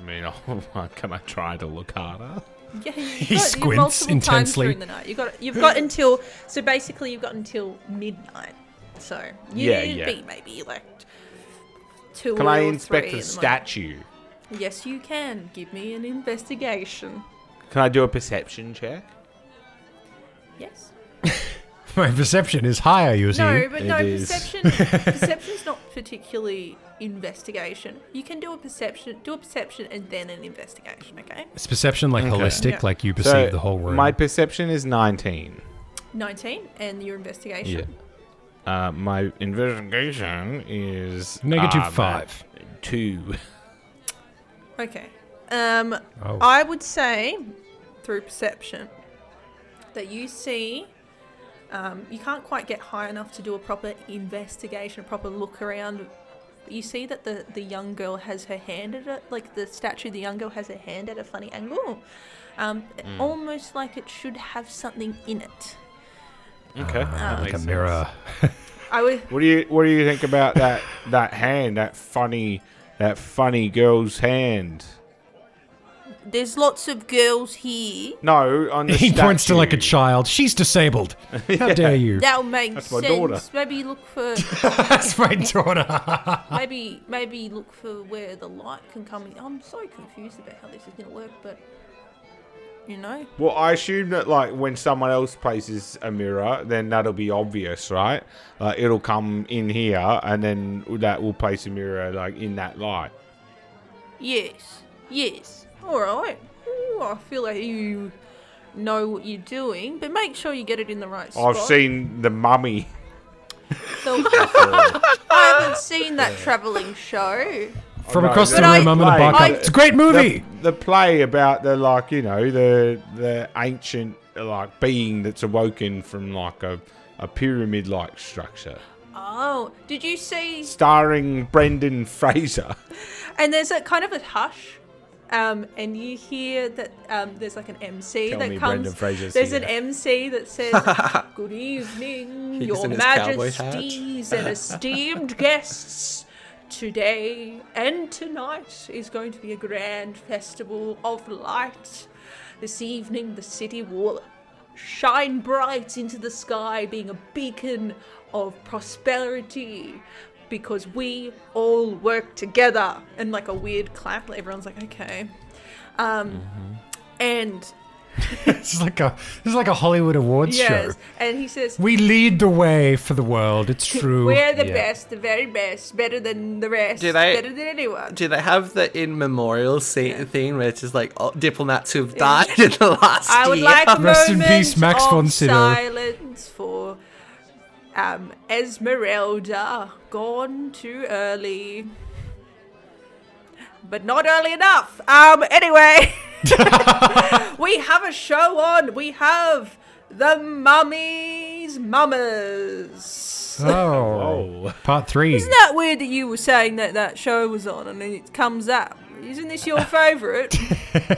Speaker 3: I mean, oh, can I try to look harder?
Speaker 1: Yeah, you
Speaker 2: He
Speaker 1: got, you
Speaker 2: squints
Speaker 1: multiple times
Speaker 2: intensely.
Speaker 1: during the night. You got you've got until so basically you've got until midnight. So you
Speaker 3: Yeah,
Speaker 1: need to
Speaker 3: yeah.
Speaker 1: be maybe like two.
Speaker 3: Can
Speaker 1: or
Speaker 3: I
Speaker 1: three
Speaker 3: inspect the
Speaker 1: in morning.
Speaker 3: statue?
Speaker 1: Yes, you can. Give me an investigation.
Speaker 3: Can I do a perception check?
Speaker 1: Yes.
Speaker 2: My perception is higher, you see.
Speaker 1: No, but no,
Speaker 3: It is.
Speaker 1: perception perception's not particularly investigation. You can do a perception do a perception and then an investigation, okay?
Speaker 2: It's perception like holistic,
Speaker 1: Yeah.
Speaker 2: like you perceive
Speaker 3: So
Speaker 2: the whole room.
Speaker 3: My perception is 19.
Speaker 1: Nineteen and your investigation.
Speaker 3: Uh, my investigation is
Speaker 2: Negative
Speaker 3: um,
Speaker 2: five.
Speaker 3: Two.
Speaker 1: Okay. Um
Speaker 2: Oh.
Speaker 1: I would say through perception that you see um, you can't quite get high enough to do a proper investigation, a proper look around. You see that the, the young girl has her hand at a, like the statue, the young girl has her hand at a funny angle. Um, Almost like it should have something in it.
Speaker 3: Okay. that
Speaker 2: like a
Speaker 3: makes
Speaker 2: mirror.
Speaker 1: I would,
Speaker 3: What do you What do you think about that that hand? That funny that funny girl's hand.
Speaker 1: there's lots of girls here.
Speaker 3: No, on the
Speaker 2: He points to like a
Speaker 3: statue.
Speaker 2: child. She's disabled. How dare you?
Speaker 1: That'll make
Speaker 3: my
Speaker 1: sense.
Speaker 3: daughter.
Speaker 1: Maybe look for
Speaker 2: That's my daughter.
Speaker 1: maybe maybe look for where the light can come in. I'm so confused about how this is gonna work, but you know.
Speaker 3: Well, I assume that like when someone else places a mirror, then that'll be obvious, right? Like it'll come in here, and then that will place a mirror like in that light.
Speaker 1: Yes. Yes. All right. Ooh, I feel like you know what you're doing, but make sure you get it in the right spot.
Speaker 3: I've seen the mummy.
Speaker 1: So- I haven't seen that traveling show.
Speaker 2: From
Speaker 3: no,
Speaker 2: across the
Speaker 3: but
Speaker 2: room,
Speaker 1: I-
Speaker 2: I, am in the
Speaker 3: Like,
Speaker 2: bar.
Speaker 1: I-
Speaker 2: it's a great movie.
Speaker 3: The, the play about the like you know the the ancient like being that's awoken from like a, a pyramid like structure,
Speaker 1: Oh, did you see?
Speaker 3: starring Brendan Fraser.
Speaker 1: And there's a kind of a hush. Um, and you hear that um, there's like an MC
Speaker 3: Tell
Speaker 1: that
Speaker 3: me
Speaker 1: comes.
Speaker 3: Brendan Fraser's
Speaker 1: there's an
Speaker 3: here.
Speaker 1: MC that says, "Good evening,
Speaker 4: He's
Speaker 1: your
Speaker 4: in his cowboy hat.
Speaker 1: Majesties and esteemed guests. Today and tonight is going to be a grand festival of light. This evening, the city will shine bright into the sky, being a beacon of prosperity because we all work together.
Speaker 4: Mm-hmm.
Speaker 1: And like a weird clap, everyone's like, okay. Um, And
Speaker 2: this is like a this is like a Hollywood awards
Speaker 1: Yes.
Speaker 2: show.
Speaker 1: And he says,
Speaker 2: We lead the way for the world. It's true.
Speaker 1: We're the
Speaker 2: Yeah.
Speaker 1: best, the very best, better than the rest,
Speaker 4: Do they-
Speaker 1: better than anyone.
Speaker 4: Do they have the in memorial scene thing where it's just like all diplomats who've died in the last
Speaker 1: I would
Speaker 4: year?
Speaker 1: like a
Speaker 2: Rest in
Speaker 1: moment
Speaker 2: peace, Max
Speaker 1: of
Speaker 2: von Sydow.
Speaker 1: silence for um, Esmeralda, gone too early, but not early enough. Um, anyway, we have a show on. We have the Mummies Mummers.
Speaker 2: Uh, Oh, part three.
Speaker 1: Isn't that weird that you were saying that that show was on and then it comes up? Isn't this your favourite?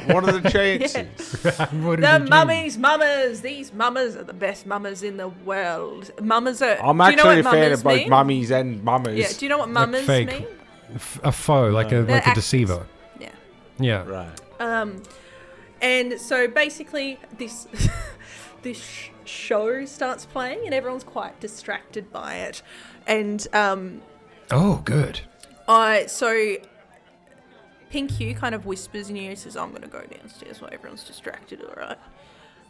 Speaker 3: What are the chances?
Speaker 2: What did
Speaker 1: The
Speaker 2: you do?
Speaker 1: mummies, mummers. These mummers are the best mummers in the world. Mummers are.
Speaker 3: I'm
Speaker 1: do you know
Speaker 3: actually
Speaker 1: what
Speaker 3: a fan of
Speaker 1: mummers
Speaker 3: both
Speaker 1: mean?
Speaker 3: mummies and mummers.
Speaker 1: Yeah. Do you know what mummers
Speaker 2: fake.
Speaker 1: mean?
Speaker 2: F- a foe, like a like a
Speaker 1: actors.
Speaker 2: deceiver.
Speaker 1: Yeah.
Speaker 2: Yeah.
Speaker 5: Right.
Speaker 1: Um, and so basically this this sh- show starts playing and everyone's quite distracted by it, and um,
Speaker 2: Oh, good.
Speaker 1: I Uh, so. Pink Hugh kind of whispers in your ear, says, I'm going to go downstairs while everyone's distracted, all right?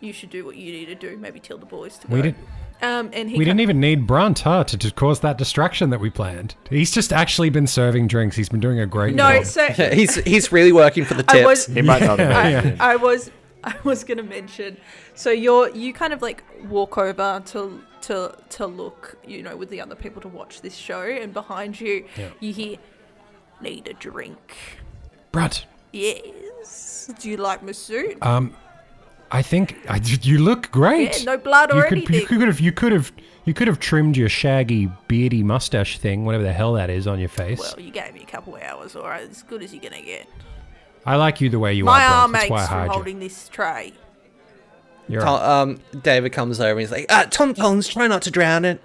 Speaker 1: You should do what you need to do. Maybe tell the boys to go.
Speaker 2: We didn't
Speaker 1: Um, and he
Speaker 2: we
Speaker 1: co-
Speaker 2: didn't even need Brunt huh, to, to cause that distraction that we planned. He's just actually been serving drinks. He's been doing a great
Speaker 1: No,
Speaker 2: job.
Speaker 1: so
Speaker 4: Yeah, he's he's really working for the tips.
Speaker 1: I was
Speaker 3: He might not have made
Speaker 1: I,
Speaker 3: it.
Speaker 1: I was I was gonna mention. So you're you kind of like walk over to to to look, you know, with the other people to watch this show, and behind you
Speaker 2: Yeah.
Speaker 1: you hear need a drink.
Speaker 2: Brunt,
Speaker 1: Yes. Do you like my suit?
Speaker 2: Um, I think I, you look great.
Speaker 1: Yeah, no blood or
Speaker 2: you could,
Speaker 1: anything.
Speaker 2: You could have you could have you could have trimmed your shaggy beardy mustache thing, whatever the hell that is, on your face.
Speaker 1: well, you gave me a couple hours, all right. As good as you're gonna get.
Speaker 2: I like you the way you
Speaker 1: My
Speaker 2: are. Brunt.
Speaker 1: arm
Speaker 2: That's why I
Speaker 1: aches from
Speaker 2: hired
Speaker 1: holding this tray.
Speaker 2: you. You're
Speaker 4: Tom,
Speaker 2: right.
Speaker 4: um, David comes over and he's like, uh, Tom Collins, try not to drown it.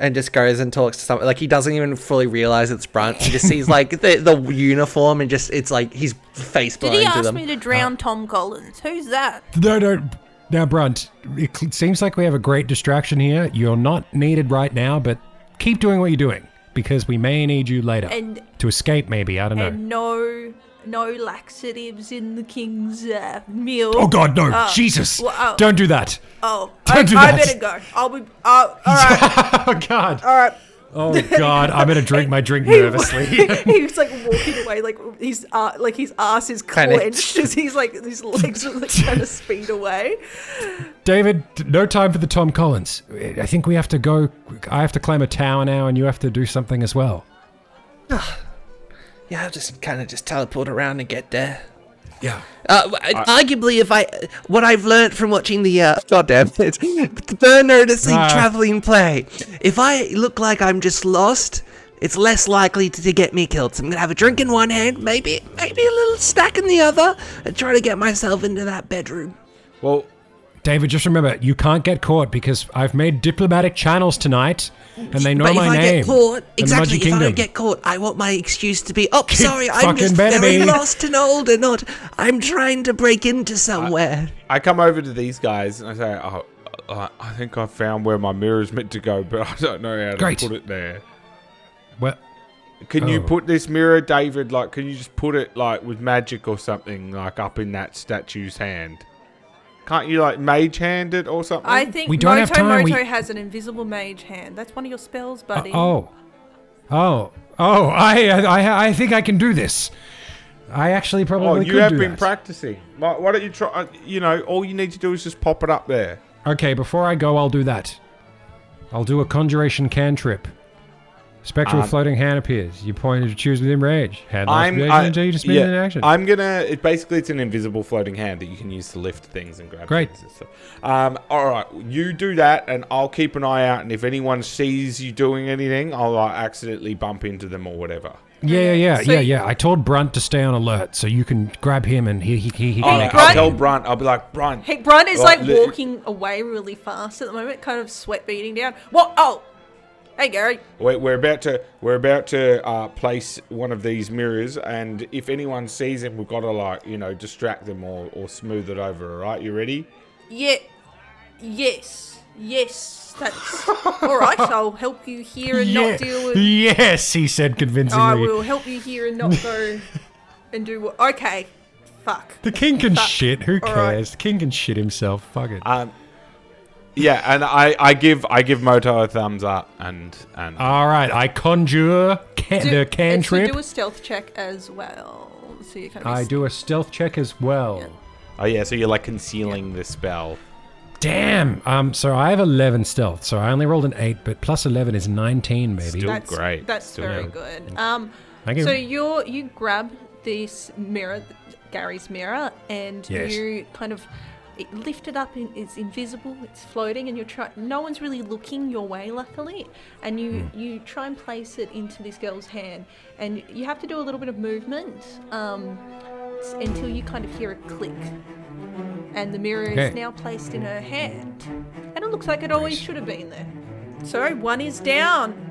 Speaker 4: And just goes and talks to someone. Like, he doesn't even fully realize it's Brunt. He just sees, like, the, the uniform and just, it's like, he's face
Speaker 1: Did
Speaker 4: blind
Speaker 1: he
Speaker 4: to
Speaker 1: ask
Speaker 4: them.
Speaker 1: me to
Speaker 2: Uh.
Speaker 1: drown Tom Collins? Who's that?
Speaker 2: No, no. Now, Brunt, it cl- seems like we have a great distraction here. You're not needed right now, but keep doing what you're doing because we may need you later
Speaker 1: And-
Speaker 2: to escape. Maybe I don't know.
Speaker 1: And no, no laxatives in the king's uh, meal.
Speaker 2: Oh God, no!
Speaker 1: Oh,
Speaker 2: Jesus!
Speaker 1: well, oh.
Speaker 2: Don't do that!
Speaker 1: Oh, I,
Speaker 2: Don't do
Speaker 1: I
Speaker 2: that.
Speaker 1: better go. I'll be. Oh, all right.
Speaker 2: Oh God!
Speaker 1: All right.
Speaker 2: Oh God! I'm gonna drink my drink
Speaker 1: He-
Speaker 2: nervously.
Speaker 1: he was like walking away, like his uh, like his ass is
Speaker 4: Panicked.
Speaker 1: clenched as he's like his legs are like trying to speed away.
Speaker 2: David, no time for the Tom Collins. I think we have to go. I have to climb a tower now, and you have to do something as well.
Speaker 4: Yeah, I'll just kind of just teleport around and get there.
Speaker 2: Yeah.
Speaker 4: Uh, w- arguably, if I what I've learnt from watching the uh, goddamn it, the burn noticing
Speaker 2: Ah.
Speaker 4: traveling play. If I look like I'm just lost, it's less likely to, to get me killed. So I'm gonna have a drink in one hand, maybe maybe a little snack in the other, and try to get myself into that bedroom.
Speaker 3: Well,
Speaker 2: David, just remember, you can't get caught because I've made diplomatic channels tonight, and they know
Speaker 4: but if
Speaker 2: my
Speaker 4: I
Speaker 2: name.
Speaker 4: get caught,
Speaker 2: in the
Speaker 4: exactly.
Speaker 2: Magic
Speaker 4: If I
Speaker 2: Kingdom.
Speaker 4: don't get caught, I want my excuse to be, oh, sorry, I'm
Speaker 2: fucking
Speaker 4: just very
Speaker 2: baby."
Speaker 4: lost and old and not. I'm trying to break into somewhere.
Speaker 3: I come over to these guys and I say, oh, I- I think I found where my mirror is meant to go, but I don't know how to
Speaker 2: Great.
Speaker 3: put it there.
Speaker 2: Well,
Speaker 3: Can you
Speaker 2: Oh.
Speaker 3: put this mirror, David? Like, can you just put it like with magic or something, like up in that statue's hand? Can't you like mage hand it or something?
Speaker 1: I think
Speaker 2: Oh, We don't
Speaker 1: Moto
Speaker 2: have time, we-
Speaker 1: Moto has an invisible mage hand. That's one of your spells, buddy.
Speaker 2: oh, oh, oh! I, I, I think I can do this. I actually probably
Speaker 3: oh,
Speaker 2: could
Speaker 3: you have
Speaker 2: do
Speaker 3: been
Speaker 2: that.
Speaker 3: practicing. Why, why don't you try? uh, You know, all you need to do is just pop it up there.
Speaker 2: Okay, before I go, I'll do that. I'll do a conjuration cantrip. Spectral
Speaker 3: Um,
Speaker 2: floating hand appears. You point and choose within range. Hand last
Speaker 3: I'm.
Speaker 2: reaction
Speaker 3: I,
Speaker 2: until you just
Speaker 3: yeah,
Speaker 2: in action.
Speaker 3: I'm gonna. It basically it's an invisible floating hand that you can use to lift things and grab.
Speaker 2: Great.
Speaker 3: Things and stuff. Um. All right. You do that, and I'll keep an eye out. And if anyone sees you doing anything, I'll like, accidentally bump into them or whatever.
Speaker 2: yeah, yeah, yeah,
Speaker 1: So-
Speaker 2: yeah, yeah. I told Brunt to stay on alert, so you can grab him and he he he, he
Speaker 3: I'll,
Speaker 2: can
Speaker 1: Hey,
Speaker 2: act.
Speaker 3: I'll
Speaker 1: Brunt-
Speaker 3: tell Brunt. I'll be like Brunt.
Speaker 1: Hey, Brun is
Speaker 3: Well,
Speaker 1: like
Speaker 3: li-
Speaker 1: walking away really fast at the moment, kind of sweat beating down. What? Oh, hey Gary.
Speaker 3: We're, we're about to we're about to uh, place one of these mirrors, and if anyone sees it, we've got to like you know distract them or, or smooth it over. All right, you ready?
Speaker 1: Yeah. Yes. Yes. That's all right. I'll help you here and
Speaker 2: Yeah.
Speaker 1: not deal with.
Speaker 2: Yes, he said
Speaker 1: I
Speaker 2: convincingly.
Speaker 1: will help you here and not go and do what. Okay. Fuck.
Speaker 2: The king can shit. Who
Speaker 1: All right.
Speaker 2: cares? The king can shit himself. Fuck it.
Speaker 3: Um, yeah, and I, I give I give Moto a thumbs up and and
Speaker 2: All right, I conjure ca-
Speaker 1: Do-
Speaker 2: the
Speaker 1: and so
Speaker 2: cantrip.
Speaker 1: do a stealth check as well. So you kind of.
Speaker 2: I do a stealth check as well.
Speaker 3: oh yeah, so you're like concealing the spell.
Speaker 2: Damn. Um. So I have eleven stealth. So I only rolled an eight, but plus eleven is nineteen, maybe.
Speaker 3: Still-
Speaker 1: That's
Speaker 3: great.
Speaker 1: That's
Speaker 3: Still
Speaker 1: very
Speaker 3: good.
Speaker 1: good. Um,
Speaker 2: Thank you.
Speaker 1: So you you grab this mirror, Gary's mirror, and
Speaker 2: Yes.
Speaker 1: you kind of it lift it up. And it's invisible. It's floating, and you're trying. No one's really looking your way, luckily. And you
Speaker 2: Hmm.
Speaker 1: you try and place it into this girl's hand, and you have to do a little bit of movement um, s- until you kind of hear it click. And the mirror is
Speaker 2: Okay.
Speaker 1: now placed in her hand, and it looks like it always should have been there. So one is down.